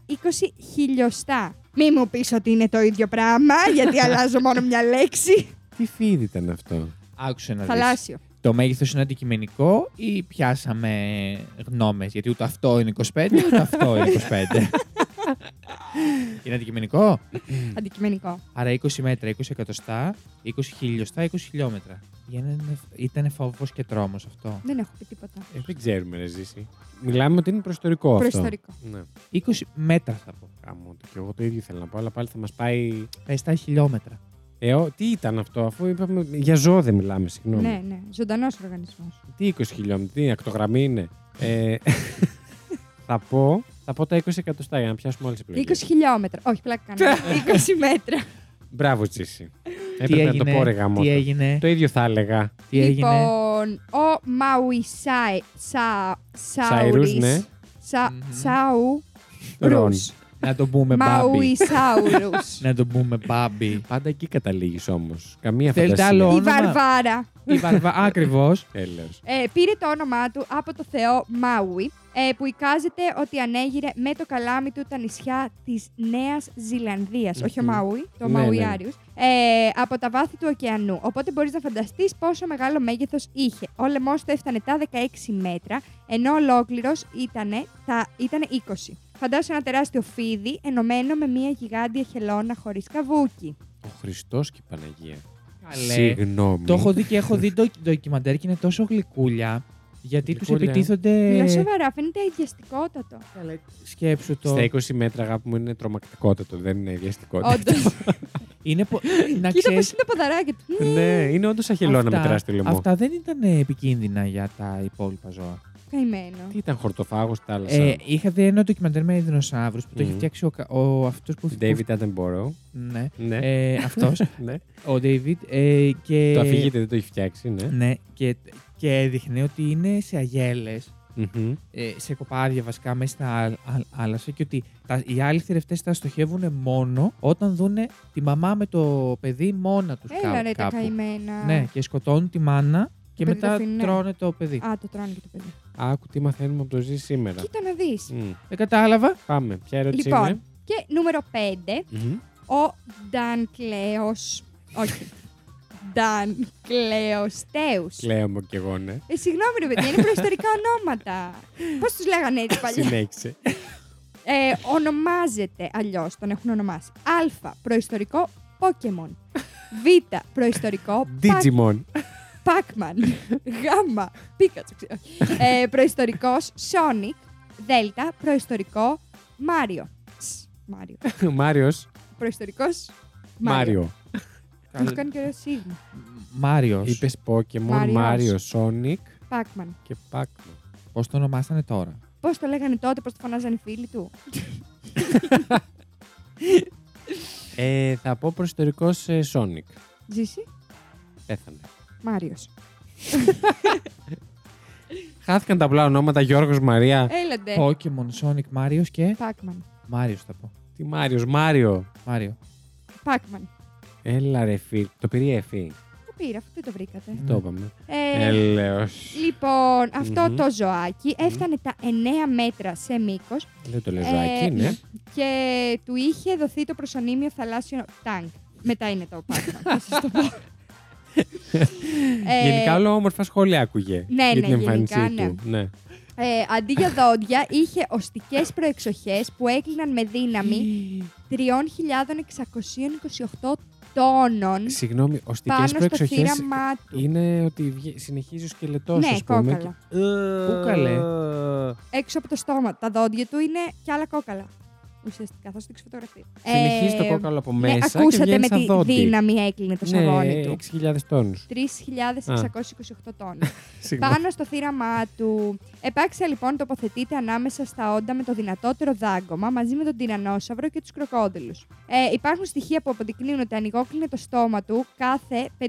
Speaker 3: 20 χιλιοστά. Μη μου πεις ότι είναι το ίδιο πράγμα, γιατί αλλάζω μόνο μια λέξη.
Speaker 1: Τι φίδι ήταν αυτό.
Speaker 2: Άκουσε να δεις.
Speaker 3: Θαλάσσιο.
Speaker 2: Το μέγεθος είναι αντικειμενικό ή πιάσαμε γνώμες. Γιατί ούτε αυτό είναι 25, ούτε αυτό είναι 25. είναι αντικειμενικό.
Speaker 3: Αντικειμενικό.
Speaker 2: Άρα 20 μέτρα, 20 εκατοστά, 20 χιλιοστά, 20 χιλιόμετρα. Ήταν φόβος και τρόμος αυτό.
Speaker 3: Δεν έχω πει τίποτα.
Speaker 1: Ε, δεν ξέρουμε, ρε ζήσει. Μιλάμε ότι είναι προϊστορικό αυτό.
Speaker 3: Προϊστορικό.
Speaker 1: Ναι.
Speaker 2: 20 μέτρα θα πω.
Speaker 1: Κάμω, και εγώ το ίδιο θέλω να πω, αλλά πάλι θα μας πάει.
Speaker 2: Τα ιστά χιλιόμετρα.
Speaker 1: Ε, ο- τι ήταν αυτό, αφού είπαμε για ζώο δεν μιλάμε, συγγνώμη.
Speaker 3: Ναι, ναι. Ζωντανός οργανισμός.
Speaker 1: Τι 20 χιλιόμετρα, τι ακτογραμμή είναι. Ε, θα, πω, θα πω τα 20 εκατοστά για να πιάσουμε όλες τις
Speaker 3: 20
Speaker 1: επιλογές.
Speaker 3: χιλιόμετρα. Όχι, πλάκα κάνω. 20 μέτρα.
Speaker 1: Μπράβο, Τζίση. Έπρεπε να το πω, ρε γαμότα.
Speaker 2: τι έγινε,
Speaker 1: Το ίδιο θα έλεγα.
Speaker 2: τι έγινε.
Speaker 3: Λοιπόν, ο Μαουισάι. Σα,
Speaker 1: Σαϊρούς,
Speaker 3: σαουρις.
Speaker 1: ναι.
Speaker 3: Σα,
Speaker 2: Μμμ.
Speaker 3: σαου.
Speaker 1: Ρον.
Speaker 3: Ρους.
Speaker 2: Να το πούμε μπάμπι.
Speaker 3: Μαουισάουρους.
Speaker 2: Να το πούμε μπάμπι.
Speaker 1: Πάντα εκεί καταλήγεις όμως. Καμία
Speaker 2: Θέλετε
Speaker 1: φαντασία.
Speaker 3: Η
Speaker 2: άλλο? όνομα.
Speaker 3: Βαρβάρα.
Speaker 2: Ακριβώ.
Speaker 1: Έλεος.
Speaker 3: Ε, πήρε το όνομά του από το θεό Μάουι, ε, που εικάζεται ότι ανέγειρε με το καλάμι του τα νησιά της Νέας Ζηλανδίας.
Speaker 1: Μμμ.
Speaker 3: Όχι ο Μάουι, το
Speaker 1: Ναι, ναι.
Speaker 3: Μαουιάριους. Ε, από τα βάθη του ωκεανού. Οπότε μπορείς να φανταστείς πόσο μεγάλο μέγεθος είχε. Ο λαιμός του έφτανε τα 16 μέτρα, ενώ ολόκληρος ήτανε, τα, ήτανε 20. Φαντάσου ένα τεράστιο φίδι ενωμένο με μια γιγάντια χελώνα χωρίς καβούκι.
Speaker 1: Ο Χριστός και η Παναγία. Συγγνώμη.
Speaker 2: Το έχω δει και έχω δει το ντοκιμαντέρ και είναι τόσο γλυκούλια. Γιατί τους
Speaker 1: Γλυκούλια.
Speaker 2: επιτίθονται.
Speaker 3: Μιλάω σοβαρά, φαίνεται αειδιαστικότατο.
Speaker 2: Σκέψου το.
Speaker 1: Στα 20 μέτρα, αγάπη μου, είναι τρομακτικότατο, δεν είναι ιδιαστικότατο.
Speaker 3: Όντως.
Speaker 2: Είναι πο- να
Speaker 3: Κοίτα
Speaker 2: ξέρεις,
Speaker 3: πως είναι τα ποδαράκια του. Μμμ.
Speaker 1: ναι, είναι όντως αχελώνα με
Speaker 2: αυτά-
Speaker 1: τεράστιο λαιμό.
Speaker 2: Αυτά δεν ήταν επικίνδυνα για τα υπόλοιπα ζώα.
Speaker 3: Καημένο.
Speaker 1: Τι ήταν χορτοφάγος, θάλασσα.
Speaker 2: Ε, είχα δει ένα ντοκιμαντέρ με δεινοσαύρους που το είχε
Speaker 1: Μμμ.
Speaker 2: φτιάξει ο, κα- ο αυτός που.
Speaker 1: David Attenborough.
Speaker 2: που- Ναι.
Speaker 1: Ναι.
Speaker 2: Ε, αυτός.
Speaker 1: ναι.
Speaker 2: ο David. ε, και...
Speaker 1: Το αφηγείται, δεν το έχει φτιάξει, ναι.
Speaker 2: Ναι, και, και έδειχνε ότι είναι σε αγέλες.
Speaker 1: Μμμ.
Speaker 2: ε, σε κοπάδια βασικά μέσα στα άλ- άλ- άλασσα και ότι τα, οι άλλοι θηρευτές τα στοχεύουν μόνο όταν δουν τη μαμά με το παιδί μόνα τους
Speaker 3: Έλα
Speaker 2: κά-
Speaker 3: ρε τα
Speaker 2: κάπου.
Speaker 3: καημένα.
Speaker 2: ναι, και σκοτώνουν τη μάνα και
Speaker 3: παιδί το
Speaker 2: μετά
Speaker 3: αφήνουν, ναι.
Speaker 2: τρώνε το παιδί.
Speaker 3: Α, το τρώνε και το παιδί.
Speaker 1: Άκου τι μαθαίνουμε από το ζεις
Speaker 2: Ναι.
Speaker 1: σήμερα.
Speaker 3: Κοίτα να δεις.
Speaker 1: Μμ.
Speaker 2: Δεν Ε, κατάλαβα.
Speaker 1: Πάμε, ποια ερώτηση είναι.
Speaker 3: Λοιπόν, και νούμερο 5,
Speaker 1: Μμμ.
Speaker 3: ο Ντανκλέος. Όχι. Ντανκλεοστέους.
Speaker 1: Κλαίω κι εγώ, ναι.
Speaker 3: Ε, συγγνώμη ρε παιδιά, είναι προϊστορικά ονόματα. Πώς τους λέγανε έτσι παλιά.
Speaker 1: Συνέχισε.
Speaker 3: ε, ονομάζεται αλλιώς, τον έχουν ονομάσει. Α, προϊστορικό Pokemon. Β, προϊστορικό Pac-
Speaker 1: Digimon.
Speaker 3: Πάκμαν. Γάμα. Πίκατσο. ξέρω. ε, προϊστορικός Sonic. Δέλτα. Προϊστορικό Μάριο. Σ, Μάριο.
Speaker 1: Μάριος.
Speaker 3: Προϊστορικός Μάριο.
Speaker 1: Μάριο.
Speaker 3: Μου κάνει και ωραίο σίγμα.
Speaker 2: Μάριος.
Speaker 1: Είπες Pokémon,
Speaker 3: Μάριος.
Speaker 1: Μάριο, Sonic
Speaker 3: Πάκμαν.
Speaker 1: και Pac-Man.
Speaker 2: Πώς το ονομάσανε τώρα.
Speaker 3: Πώς το λέγανε τότε, πώς το φωνάζανε οι φίλοι του.
Speaker 1: Ε, θα πω προϊστορικός ε, Sonic.
Speaker 3: Ζήσει.
Speaker 1: Πέθανε.
Speaker 3: Μάριος.
Speaker 1: Χάθηκαν τα απλά ονόματα Γιώργος Μαρία.
Speaker 3: Έλαντε.
Speaker 2: Pokemon, Sonic, Μάριος και.
Speaker 3: Πάκμαν.
Speaker 2: Μάριος θα πω.
Speaker 1: Τι Μάριος, Μάριο.
Speaker 2: Μάριο.
Speaker 3: Πάκμαν.
Speaker 1: Έλα ρε φίλ. Το πήρε η Εφή.
Speaker 3: πήρε, αυτό δεν το βρήκατε.
Speaker 1: Το είπαμε.
Speaker 3: Ε,
Speaker 1: Έλεος.
Speaker 3: Λοιπόν, αυτό
Speaker 1: Μμμ.
Speaker 3: το ζωάκι έφτανε τα 9 μέτρα σε μήκος
Speaker 1: Δεν το λέω
Speaker 3: Ε.
Speaker 1: ζωάκι, ναι.
Speaker 3: και του είχε δοθεί το προσωνύμιο θαλάσσιο τάγκ. Μετά είναι το πάτημα. θα σας το πω. Ε,
Speaker 1: Γενικά όλο όμορφα σχόλια άκουγε.
Speaker 3: ναι,
Speaker 1: για
Speaker 3: ναι,
Speaker 1: την εμφάνισή
Speaker 3: γενικά,
Speaker 1: του. Ναι.
Speaker 3: ε, αντί για δόντια, είχε οστικές προεξοχές που έκλειναν με δύναμη 3.628 τόνων
Speaker 1: Συγγνώμη, οστικές
Speaker 3: πάνω στο
Speaker 1: προεξοχές
Speaker 3: θύραμά του.
Speaker 1: είναι ότι βγε- συνεχίζει ο σκελετός,
Speaker 3: Ναι,
Speaker 1: ας πούμε.
Speaker 3: κόκαλα.
Speaker 1: και- Ε,
Speaker 2: Πού καλέ?
Speaker 3: Έξω από το στόμα. Τα δόντια του είναι κι άλλα κόκαλα. Ουσιαστικά, θα σου δείξω φωτογραφία.
Speaker 1: Συνεχίζει
Speaker 3: Ε,
Speaker 1: το κόκαλο από
Speaker 3: ναι,
Speaker 1: μέσα. και
Speaker 3: ακούσατε
Speaker 1: βγαίνει
Speaker 3: με
Speaker 1: σαν
Speaker 3: τη
Speaker 1: δόντι.
Speaker 3: δύναμη έκλεινε το σαγόνι
Speaker 1: ναι,
Speaker 3: του.
Speaker 1: 6.000 τόνου.
Speaker 3: 3.628 τόνοι. Πάνω στο θύραμά του. Επάξια λοιπόν τοποθετείται ανάμεσα στα όντα με το δυνατότερο δάγκωμα μαζί με τον τυρανόσαυρο και τους κροκόδηλους. Ε, υπάρχουν στοιχεία που αποδεικνύουν ότι ανοιγόκλεινε το στόμα του κάθε 50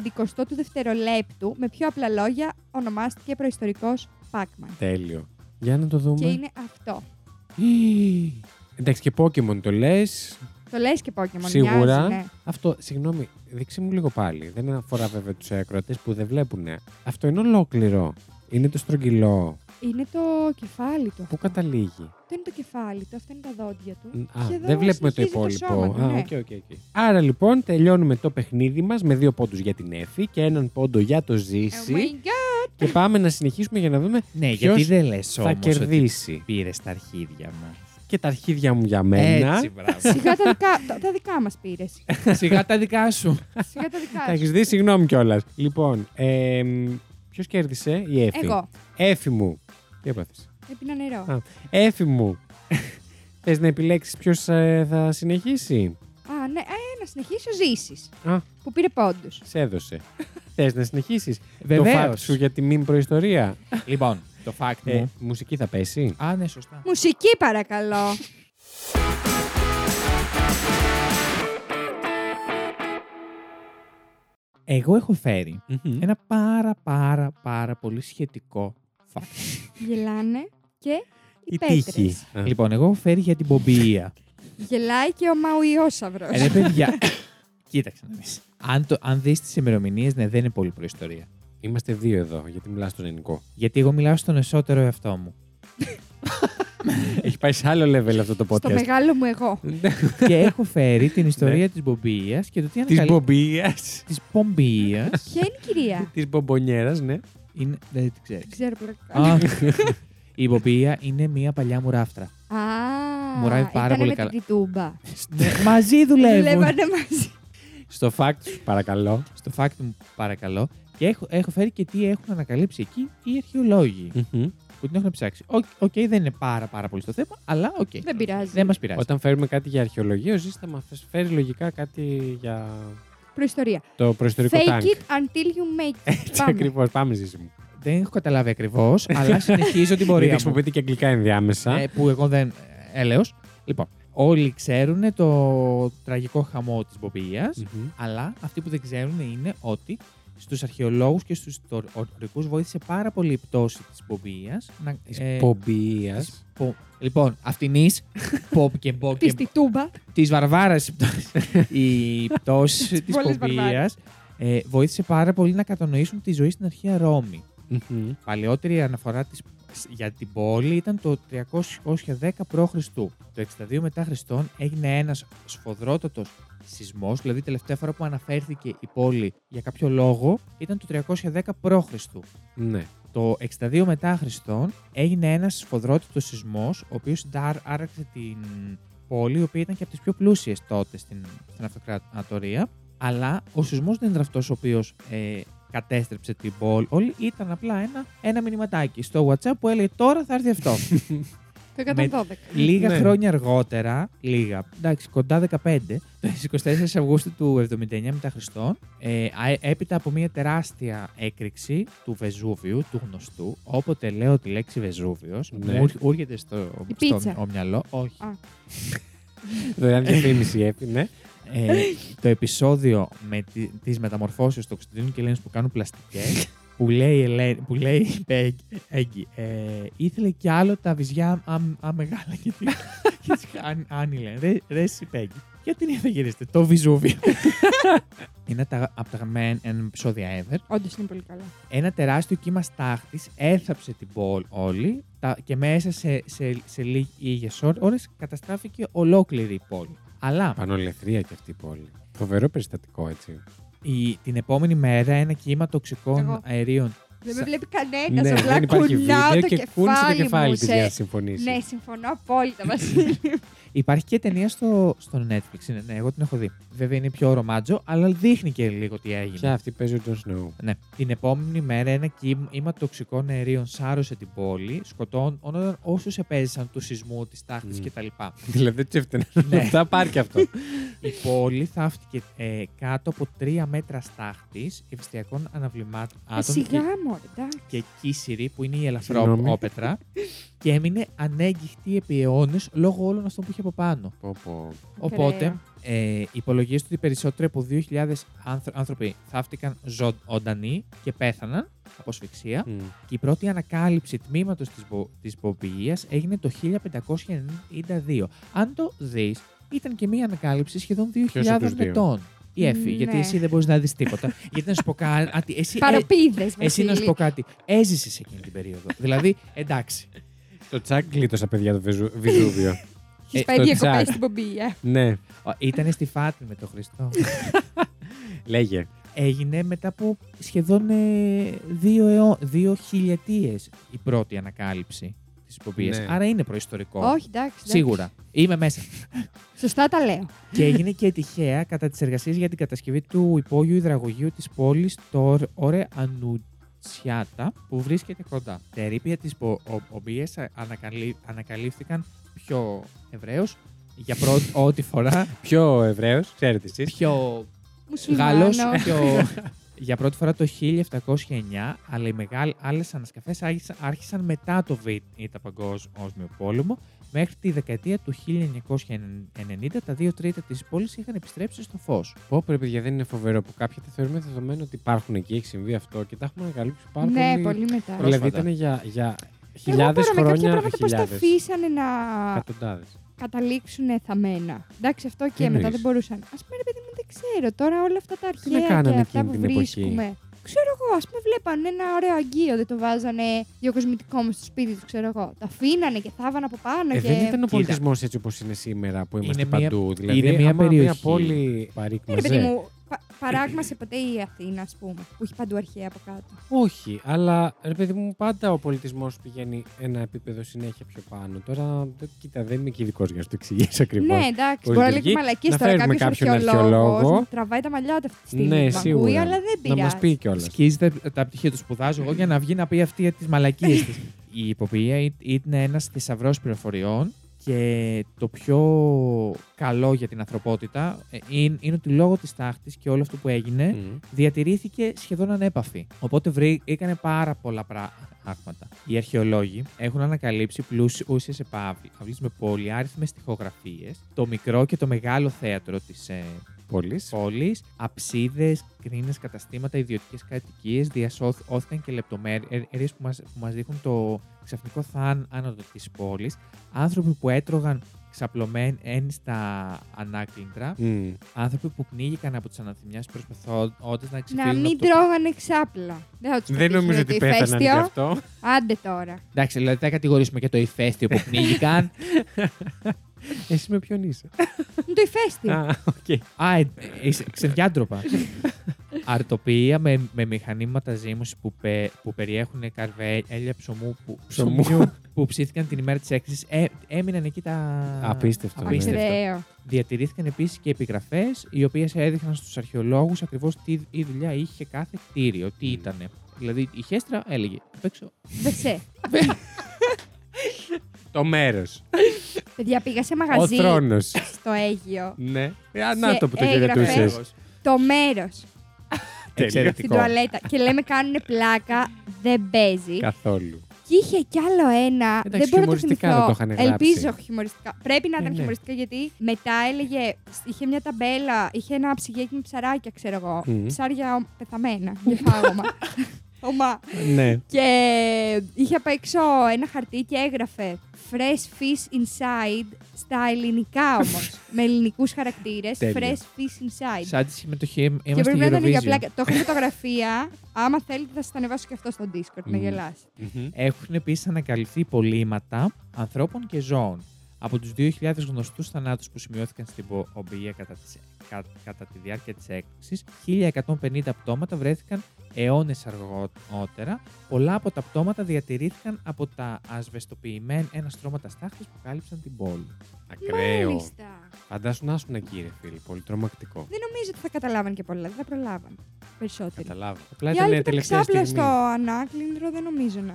Speaker 3: του δευτερολέπτου. Με πιο απλά λόγια, ονομάστηκε προϊστορικός Πάκμαν.
Speaker 1: Τέλειο. Για να το
Speaker 3: Και
Speaker 1: δούμε.
Speaker 3: είναι αυτό.
Speaker 1: Ι, Εντάξει, και Pokémon το λες.
Speaker 3: Το λες και Pokémon.
Speaker 1: Σίγουρα.
Speaker 3: μοιάζει, ναι.
Speaker 1: Αυτό, συγγνώμη, δείξε μου λίγο πάλι. Δεν αφορά βέβαια τους ακροατές που δεν βλέπουν. Αυτό είναι ολόκληρο. Είναι το στρογγυλό.
Speaker 3: Είναι το κεφάλι του.
Speaker 1: Πού
Speaker 3: Αυτό
Speaker 1: καταλήγει.
Speaker 3: Αυτό είναι το κεφάλι του. Αυτά είναι τα δόντια του.
Speaker 1: Α,
Speaker 3: Και εδώ
Speaker 1: δεν βλέπουμε το
Speaker 3: συνεχίζει
Speaker 1: υπόλοιπο.
Speaker 3: σώμα του,
Speaker 1: Α,
Speaker 3: ναι.
Speaker 1: οκ, οκ, οκ. Άρα λοιπόν τελειώνουμε το παιχνίδι μας με δύο πόντους για την Εφη και έναν πόντο για το
Speaker 3: Oh my
Speaker 1: Ζήση.
Speaker 3: God.
Speaker 1: και πάμε να συνεχίσουμε για να δούμε
Speaker 2: Ναι,
Speaker 1: Ποιος
Speaker 2: γιατί δεν λες
Speaker 1: θα
Speaker 2: όμως ότι
Speaker 1: κερδίσει.
Speaker 2: πήρες τα αρχίδια μας.
Speaker 1: Και τα αρχίδια μου για μένα.
Speaker 2: Έτσι, μπράβο.
Speaker 3: Σιγά τα δικά, τα- τα δικά μας πήρες.
Speaker 2: Σιγά τα δικά σου.
Speaker 3: Σιγά τα δικά
Speaker 1: Τα
Speaker 3: σου.
Speaker 1: έχεις δει, συγγνώμη κιόλας. Λοιπόν, ε, ποιος κέρδισε, η Εφη.
Speaker 3: Εγώ.
Speaker 1: Εφη μου. Τι έπαθες.
Speaker 3: Έπεινα νερό.
Speaker 1: Α. Εφη μου. Θες να επιλέξεις ποιος θα συνεχίσει.
Speaker 3: Α, ναι, ε, να συνεχίσω ζήσει.
Speaker 1: Α.
Speaker 3: Που πήρε πόντους.
Speaker 1: Σε έδωσε. Θες να συνεχίσεις. Το
Speaker 2: Βεβαίως.
Speaker 1: fact σου για τη μήνυ προϊστορία.
Speaker 2: Λοιπόν, το fact
Speaker 3: Ναι.
Speaker 1: Ε,
Speaker 2: μου.
Speaker 1: μουσική θα πέσει.
Speaker 2: Α, ναι, σωστά.
Speaker 3: Μουσική παρακαλώ.
Speaker 2: Εγώ έχω φέρει
Speaker 1: Ε,
Speaker 2: ένα πάρα πάρα πάρα πολύ σχετικό fact.
Speaker 3: Γελάνε και οι
Speaker 1: Η
Speaker 3: πέτρε.
Speaker 1: τύχη. Α.
Speaker 2: Λοιπόν, εγώ έχω φέρει για την πομπία.
Speaker 3: Γελάει και ο Μαουιόσαυρος.
Speaker 2: Ε, Ρε παιδιά. Κοίταξε να δεις. Αν, το, αν δεις τις ημερομηνίες, ναι, δεν είναι πολύ προϊστορία.
Speaker 1: Είμαστε δύο εδώ, γιατί μιλάς στον ελληνικό.
Speaker 2: Γιατί εγώ μιλάω στον εσωτερό εαυτό μου.
Speaker 1: Έχει πάει σε άλλο level αυτό το
Speaker 3: Στο
Speaker 1: podcast.
Speaker 3: μεγάλο μου εγώ.
Speaker 2: και έχω φέρει την
Speaker 1: Ναι.
Speaker 2: ιστορία της μπομπίας και το τι
Speaker 1: Της
Speaker 2: ανακαλύψει.
Speaker 1: μπομπία.
Speaker 2: Της πομπίας.
Speaker 3: Ποια είναι η κυρία.
Speaker 1: Της μπομπονιέρας, ναι.
Speaker 2: είναι... Δεν την ξέρεις.
Speaker 3: Δεν ξέρω πλακά.
Speaker 2: Α, Η πομπία είναι μια παλιά μου ράφτρα.
Speaker 3: Α,
Speaker 2: Μουράει πάρα
Speaker 3: ήτανε
Speaker 2: πολύ
Speaker 3: με
Speaker 2: καλά.
Speaker 3: Την τούμπα.
Speaker 2: Μαζί δουλεύουν.
Speaker 3: Δουλεύανε μαζί.
Speaker 1: Στο fact σου, παρακαλώ.
Speaker 2: Στο fact μου παρακαλώ. Και έχω, έχω φέρει και τι έχουν ανακαλύψει εκεί οι αρχαιολόγοι
Speaker 1: Μμμ.
Speaker 2: που την έχουν ψάξει. Οκ, οκ, δεν είναι πάρα πάρα πολύ στο θέμα, αλλά οκ.
Speaker 3: Δεν πειράζει.
Speaker 2: Δεν μας πειράζει.
Speaker 1: Όταν φέρουμε κάτι για αρχαιολογία, ο Ζήσης θα μας φέρει λογικά κάτι για
Speaker 3: Προϊστορία.
Speaker 1: το προϊστορικό
Speaker 3: Fake
Speaker 1: τάγκ.
Speaker 3: it until you make it.
Speaker 1: Έτσι
Speaker 3: Πάμε.
Speaker 1: ακριβώς. Πάμε, Ζήση μου.
Speaker 2: Δεν έχω καταλάβει ακριβώς, αλλά συνεχίζω την
Speaker 1: Μην
Speaker 2: πορεία μου.
Speaker 1: χρησιμοποιείτε και αγγλικά ενδιάμεσα.
Speaker 2: Ε, που εγώ δεν. Έλεος. Λοιπόν, όλοι ξέρουν το τραγικό χαμό της Μπομπία,
Speaker 1: Μμμ.
Speaker 2: αλλά αυτοί που δεν ξέρουν είναι ότι στους αρχαιολόγους και στους ιστορικού βοήθησε πάρα πολύ η πτώση της Μπομπία.
Speaker 1: Της πομπίας.
Speaker 2: ε, Λοιπόν, αυτήν Ποπ και μπο και
Speaker 3: Τη στη τούμπα.
Speaker 2: της βαρβάρας η πτώση τη
Speaker 3: Πολλής
Speaker 2: Πομπία
Speaker 3: βαρβάρας.
Speaker 2: ε, βοήθησε πάρα πολύ να κατανοήσουν τη ζωή στην αρχαία Ρώμη.
Speaker 1: Μμμ.
Speaker 2: Παλαιότερη αναφορά της, για την πόλη ήταν το 310 π.Χ. Το 62 μετά Χριστόν έγινε ένας σφοδρότατος σεισμός, δηλαδή η τελευταία φορά που αναφέρθηκε η πόλη για κάποιο λόγο ήταν το 310 π.Χ.
Speaker 1: Ναι.
Speaker 2: Το 62 μετά Χριστόν έγινε ένας σφοδρότατος σεισμός, ο οποίος ντάρ- άραξε την πόλη, η οποία ήταν και από τις πιο πλούσιες τότε στην, στην αυτοκρατορία. Αλλά ο σεισμός δεν ήταν αυτός ο οποίος ε, κατέστρεψε την πόλη. Όλοι ήταν απλά ένα, ένα μηνυματάκι στο WhatsApp που έλεγε τώρα θα έρθει αυτό.
Speaker 3: Το 112.
Speaker 2: λίγα
Speaker 1: Ναι.
Speaker 2: χρόνια αργότερα, λίγα, εντάξει, κοντά 15, το 24 Αυγούστου του 79 μετά Χριστόν, ε, α- έπειτα από μια τεράστια έκρηξη του Βεζούβιου, του γνωστού, όποτε λέω τη λέξη Βεζούβιος,
Speaker 1: Ναι.
Speaker 2: μου έρχ- έρχεται στο,
Speaker 3: Η
Speaker 2: στο
Speaker 3: πίτσα.
Speaker 2: ο μυαλό, όχι.
Speaker 3: Α.
Speaker 1: Δωρεάν διαφήμιση έπι, ναι.
Speaker 2: Ε, το επεισόδιο με τη, της μεταμορφώσεως του Οξυντίνου και Ελένης που κάνουν πλαστικές, που λέει, η Ελένη, που λέει η Πέγγι- Έγκυ, ε, ήθελε κι άλλο τα βυζιά αμεγάλα και τι- και τις χάνει- άνι λένε. Ρε, ρε εσύ Πέγγι. Και Γιατί δεν θα γυρίσετε. Το Βυζούβιο. είναι τα, από τα αγαπημένα εν- επεισόδια ever.
Speaker 3: Όντως είναι πολύ καλά.
Speaker 2: Ένα τεράστιο κύμα στάχτης έθαψε την πόλη όλη τα, και μέσα σε, σε, σε λίγες ώρες καταστράφηκε ολόκληρη η πόλη. Αλλά
Speaker 1: Πανολεθρία και αυτή η πόλη. Φοβερό περιστατικό, έτσι.
Speaker 2: η, την επόμενη μέρα ένα κύμα τοξικών
Speaker 3: Εγώ.
Speaker 2: αερίων.
Speaker 3: Δεν με
Speaker 2: Σα-
Speaker 3: βλέπει κανένας.
Speaker 1: Ναι, δεν
Speaker 3: απλά
Speaker 1: υπάρχει
Speaker 3: κουνάω
Speaker 1: βίντεο
Speaker 3: το
Speaker 1: και κούνησε το κεφάλι
Speaker 3: μου.
Speaker 1: τη
Speaker 3: σε-
Speaker 1: για να συμφωνήσει.
Speaker 3: Ναι, συμφωνώ απόλυτα, Βασίλη.
Speaker 2: Υπάρχει και ταινία στο, στο Netflix. Είναι, ναι, εγώ την έχω δει. Βέβαια είναι πιο ρομάτζο, αλλά δείχνει και λίγο τι έγινε.
Speaker 1: Ποια αυτή παίζει ο Τζον Σνόου.
Speaker 2: Ναι. Την επόμενη μέρα ένα κύμα τοξικών αερίων σάρωσε την πόλη, σκοτώνονταν όσους επέζησαν του σεισμού, της τάχτης
Speaker 1: Μμμ.
Speaker 2: κτλ.
Speaker 1: Δηλαδή δεν τσέφτενε.
Speaker 2: Ναι.
Speaker 1: Θα πάρει και αυτό.
Speaker 2: Η πόλη θαύτηκε ε, κάτω από τρία μέτρα στάχτης ευστιακών αναβλημάτων
Speaker 3: Ε,
Speaker 2: άτομων και,
Speaker 3: Σιγά μου, εντάξει.
Speaker 2: και κύσηρη που είναι η
Speaker 1: Συγγνώμη.
Speaker 2: ελαφρόπέτρα και έμεινε ανέγγιχτη επί αιώνες λόγω όλων αυτών που είχε από πάνω.
Speaker 1: Πω, πω.
Speaker 2: Οπότε, ε, υπολογίζεται ότι περισσότεροι από 2.000 άνθρω- άνθρωποι θαύτηκαν ζωντανοί και πέθαναν από ασφυξία.
Speaker 1: Μμ.
Speaker 2: Και η πρώτη ανακάλυψη τμήματος της της Πομπηγίας έγινε το 1592. Αν το δεις, ήταν και μία ανακάλυψη σχεδόν
Speaker 1: Ποιος από τους
Speaker 2: 2.000
Speaker 1: δύο?
Speaker 2: ετών. Η Εφη,
Speaker 3: Ναι.
Speaker 2: γιατί εσύ δεν μπορείς να δεις τίποτα. γιατί να σου πω κάτι. Εσύ, ε,
Speaker 3: Παροπίδες.
Speaker 2: εσύ να σου πω κάτι. Έζησε εκείνη την περίοδο. δηλαδή, εντάξει.
Speaker 1: Το τσακ γλίτωσα, παιδιά, το Βεζου- Βυζούβιο.
Speaker 3: Έχεις
Speaker 1: ε,
Speaker 3: πάει
Speaker 1: το
Speaker 3: διακοπές
Speaker 1: τσάκ.
Speaker 3: στην ε. πομπία.
Speaker 1: Ναι,
Speaker 2: Ήταν στη Φάτη με τον Χριστό.
Speaker 1: λέγε.
Speaker 2: έγινε μετά από σχεδόν ε, δύο, αιώ, δύο χιλιετίες η πρώτη ανακάλυψη της υποπίας.
Speaker 1: Ναι.
Speaker 2: Άρα είναι προϊστορικό.
Speaker 3: Όχι, εντάξει. εντάξει.
Speaker 2: Σίγουρα. Είμαι μέσα.
Speaker 3: Σωστά τα λέω.
Speaker 2: και έγινε και τυχαία κατά τις εργασίες για την κατασκευή του υπόγειου υδραγωγείου της πόλης το Ωρε Ανουτσιάτα που βρίσκεται κοντά. Τα ερήπια της οποίας ανακαλύφθηκαν πιο ευρέως για πρώτη ό,τι φορά
Speaker 1: Πιο Εβραίος, ξέρετε εσείς.
Speaker 2: πιο
Speaker 3: Μουσουλμάνος.
Speaker 2: Γάλλος Ε, και ο- για πρώτη φορά το 1709, αλλά οι μεγάλοι άλλες ανασκαφές άρχισαν μετά το Β' Παγκόσμιο Πόλεμο. Μέχρι τη δεκαετία του 1990, τα δύο τρίτα της πόλης είχαν επιστρέψει στο φως.
Speaker 1: Πω, ρε παιδιά, δεν είναι φοβερό που κάποια τα θεωρούμε δεδομένο ότι υπάρχουν εκεί, έχει συμβεί αυτό και τα έχουμε ανακαλύψει πάρα
Speaker 3: Ναι, πολύ μετά.
Speaker 2: Πρόσφατα.
Speaker 1: Δηλαδή ήταν για, για
Speaker 3: Εγώ
Speaker 1: χιλιάδες
Speaker 3: μπορώ με κάποια
Speaker 1: χρόνια.
Speaker 3: πράγματα πώ τα
Speaker 1: Χιλιάδε.
Speaker 3: αφήσανε να
Speaker 1: Εκατοντάδες.
Speaker 3: καταλήξουν θαμμένα. Εντάξει, αυτό και μετά
Speaker 1: εννοείς?
Speaker 3: δεν μπορούσαν. Ας πούμε, ρε παιδί μου, δεν ξέρω τώρα όλα αυτά τα
Speaker 1: να
Speaker 3: αρχαία και
Speaker 1: κάνανε
Speaker 3: αυτά
Speaker 1: εκείνη
Speaker 3: που
Speaker 1: την εποχή.
Speaker 3: βρίσκουμε. Ξέρω εγώ, ας πούμε, βλέπανε ένα ωραίο αγγείο, δεν το βάζανε διακοσμητικό μες στο σπίτι τους, ξέρω εγώ. Τα αφήνανε και θάβανε από πάνω.
Speaker 1: Ε,
Speaker 3: και...
Speaker 1: δεν ήταν ο
Speaker 2: Κοίτα.
Speaker 1: πολιτισμός έτσι όπως είναι σήμερα που είμαστε
Speaker 2: Είναι μία-
Speaker 1: παντού. δηλαδή,
Speaker 2: είναι μία
Speaker 1: άμα Μια
Speaker 2: περιοχή.
Speaker 1: πόλη
Speaker 3: Ναι, ρε παιδί
Speaker 1: παρήκμαζε.
Speaker 3: μου, πα- παράγμασε ποτέ η Αθήνα, ας πούμε, που έχει παντού αρχαία από κάτω.
Speaker 1: Όχι, αλλά ρε παιδί μου, πάντα ο πολιτισμός πηγαίνει ένα επίπεδο συνέχεια πιο πάνω. Τώρα, το- κοίτα, δεν είμαι και ειδικός για να σου το εξηγήσω ακριβώ.
Speaker 3: Ναι, εντάξει,
Speaker 1: Πώς
Speaker 3: μπορεί να λέει
Speaker 1: λειτουργεί.
Speaker 3: και μαλακή
Speaker 1: Λοιπόν, Να
Speaker 3: τώρα
Speaker 1: φέρουμε
Speaker 3: κάποιος
Speaker 1: κάποιον
Speaker 3: αρχαιολόγος.
Speaker 1: αρχαιολόγο.
Speaker 3: Να τραβάει τα μαλλιά του αυτή τη
Speaker 1: Ναι,
Speaker 3: στιγμή. που ακούει,
Speaker 1: σίγουρα.
Speaker 3: αλλά δεν
Speaker 1: να
Speaker 3: πειράζει.
Speaker 1: μα πει κιόλας.
Speaker 2: Σκίζετε τα πτυχία του σπουδάζω εγώ για να βγει να πει αυτή τις μαλακίες της. Η υποποιία ή- είναι ένας θησαυρός πληροφοριών και το πιο καλό για την ανθρωπότητα ε, είναι, είναι ότι λόγω της τάχτης και όλο αυτό που έγινε
Speaker 1: Μμ.
Speaker 2: διατηρήθηκε σχεδόν ανέπαφη. Οπότε βρήκανε πάρα πολλά πράγματα. Οι αρχαιολόγοι έχουν ανακαλύψει πλούσιε επαύλε με πολυάριθμε τοιχογραφίε, το μικρό και το μεγάλο θέατρο της ε,
Speaker 1: Πόλης.
Speaker 2: πόλη, αψίδε, κρίνε, καταστήματα, ιδιωτικές κατοικίες, διασώθηκαν και λεπτομέρειες που μας που μας δείχνουν το ξαφνικό θάνατο της πόλης, άνθρωποι που έτρωγαν ξαπλωμένοι στα ανάκλητρα,
Speaker 1: Μμ.
Speaker 2: άνθρωποι που πνίγηκαν από τις αναθυμιάς προσπαθώντας να
Speaker 3: Να
Speaker 2: ξεφύγουν.
Speaker 3: μην
Speaker 2: από το...
Speaker 3: τρώγανε ξάπλα. Δεν, θα τους
Speaker 1: Δεν
Speaker 3: πετύχει
Speaker 1: νομίζω
Speaker 3: το
Speaker 1: ότι πέθαναν γι'
Speaker 3: ηφαίστειο.
Speaker 1: αυτό.
Speaker 3: Άντε τώρα.
Speaker 2: Εντάξει, δηλαδή θα κατηγορήσουμε και το ηφαίστειο που πνίγηκαν.
Speaker 1: Εσύ με ποιον είσαι.
Speaker 3: Είναι το ηφαίστειο.
Speaker 1: Α, οκ.
Speaker 2: Α, ε, ε, είσαι ξεδιάντροπα. Αρτοπία με, με μηχανήματα ζύμωση που, πε- που περιέχουν καρβέλια ψωμού που,
Speaker 1: Ψωμού.
Speaker 2: ψωμιού που ψήθηκαν την ημέρα της έκθεσης. έμειναν εκεί τα.
Speaker 1: Απίστευτο, ναι.
Speaker 2: Απίστευτο.
Speaker 3: Ακραίο.
Speaker 2: Διατηρήθηκαν επίσης και επιγραφές, οι οποίες έδειχναν στους αρχαιολόγους ακριβώς τι η δουλειά είχε κάθε κτίριο, τι
Speaker 1: Μμ.
Speaker 2: ήταν. Δηλαδή η χέστρα έλεγε απ' έξω.
Speaker 3: Δεν σε.
Speaker 1: Το μέρος.
Speaker 3: Παιδιά, πήγα σε
Speaker 1: Ο
Speaker 3: μαγαζί
Speaker 1: θρόνος.
Speaker 3: στο Αίγυο.
Speaker 1: Ναι. Ε, α, να
Speaker 3: Σε
Speaker 1: το που το
Speaker 3: έγγραφες.
Speaker 1: χαιρετούσε.
Speaker 3: Ξέρεις. Το μέρος
Speaker 1: Εξαιρετικό.
Speaker 3: στην τουαλέτα. Και λέμε κάνουν πλάκα, δεν παίζει.
Speaker 1: Καθόλου.
Speaker 3: Και είχε κι άλλο ένα. δεν μπορώ να το
Speaker 1: χιουμοριστικά
Speaker 3: θυμηθώ.
Speaker 1: δεν το είχαν γράψει.
Speaker 3: Ελπίζω χιουμοριστικά. Πρέπει να
Speaker 1: Ναι,
Speaker 3: ήταν
Speaker 1: ναι.
Speaker 3: χιουμοριστικά γιατί μετά έλεγε. Είχε μια ταμπέλα, είχε ένα ψυγέκι με ψαράκια, ξέρω εγώ.
Speaker 1: Μμμ.
Speaker 3: Ψάρια πεθαμένα για φάγωμα. Ομά.
Speaker 1: ναι.
Speaker 3: Και είχε απ' έξω ένα χαρτί και έγραφε Fresh Fish Inside στα ελληνικά όμως. με ελληνικούς χαρακτήρες.
Speaker 1: Τέλεια.
Speaker 3: Fresh Fish Inside.
Speaker 2: Σαν τη συμμετοχή
Speaker 3: και
Speaker 2: είμαστε
Speaker 3: πρέπει να ήταν για
Speaker 2: Eurovision.
Speaker 3: πλάκα. Το έχω φωτογραφία. Άμα θέλετε, θα σας ανεβάσω και αυτό στο Discord. Να
Speaker 1: Μμμ.
Speaker 3: γελάσει.
Speaker 1: Μμμ.
Speaker 2: Έχουν επίσης ανακαλυφθεί υπολείμματα ανθρώπων και ζώων. Από τους 2.000 γνωστούς θανάτους που σημειώθηκαν στην Πομπία κατά, τις- κα- κατά τη διάρκεια της έκρηξης, 1.150 πτώματα βρέθηκαν αιώνες αργότερα. Πολλά από τα πτώματα διατηρήθηκαν από τα ασβεστοποιημένα ένα στρώματα στάχτη που κάλυψαν την πόλη.
Speaker 1: Ακραίο.
Speaker 3: Μάλιστα.
Speaker 1: Φαντάσου να ήσουν εκεί, ρε φίλε. Πολύ τρομακτικό.
Speaker 3: Δεν νομίζω ότι θα καταλάβαν και πολλά. Δεν θα προλάβαν περισσότεροι.
Speaker 1: Καταλάβω. Απλά
Speaker 3: Οι άλλοι
Speaker 1: ήταν
Speaker 3: που ήταν
Speaker 1: τελευταία
Speaker 3: ξάπλα
Speaker 1: στιγμή.
Speaker 3: στο ανάκλυντρο δεν νομίζω να.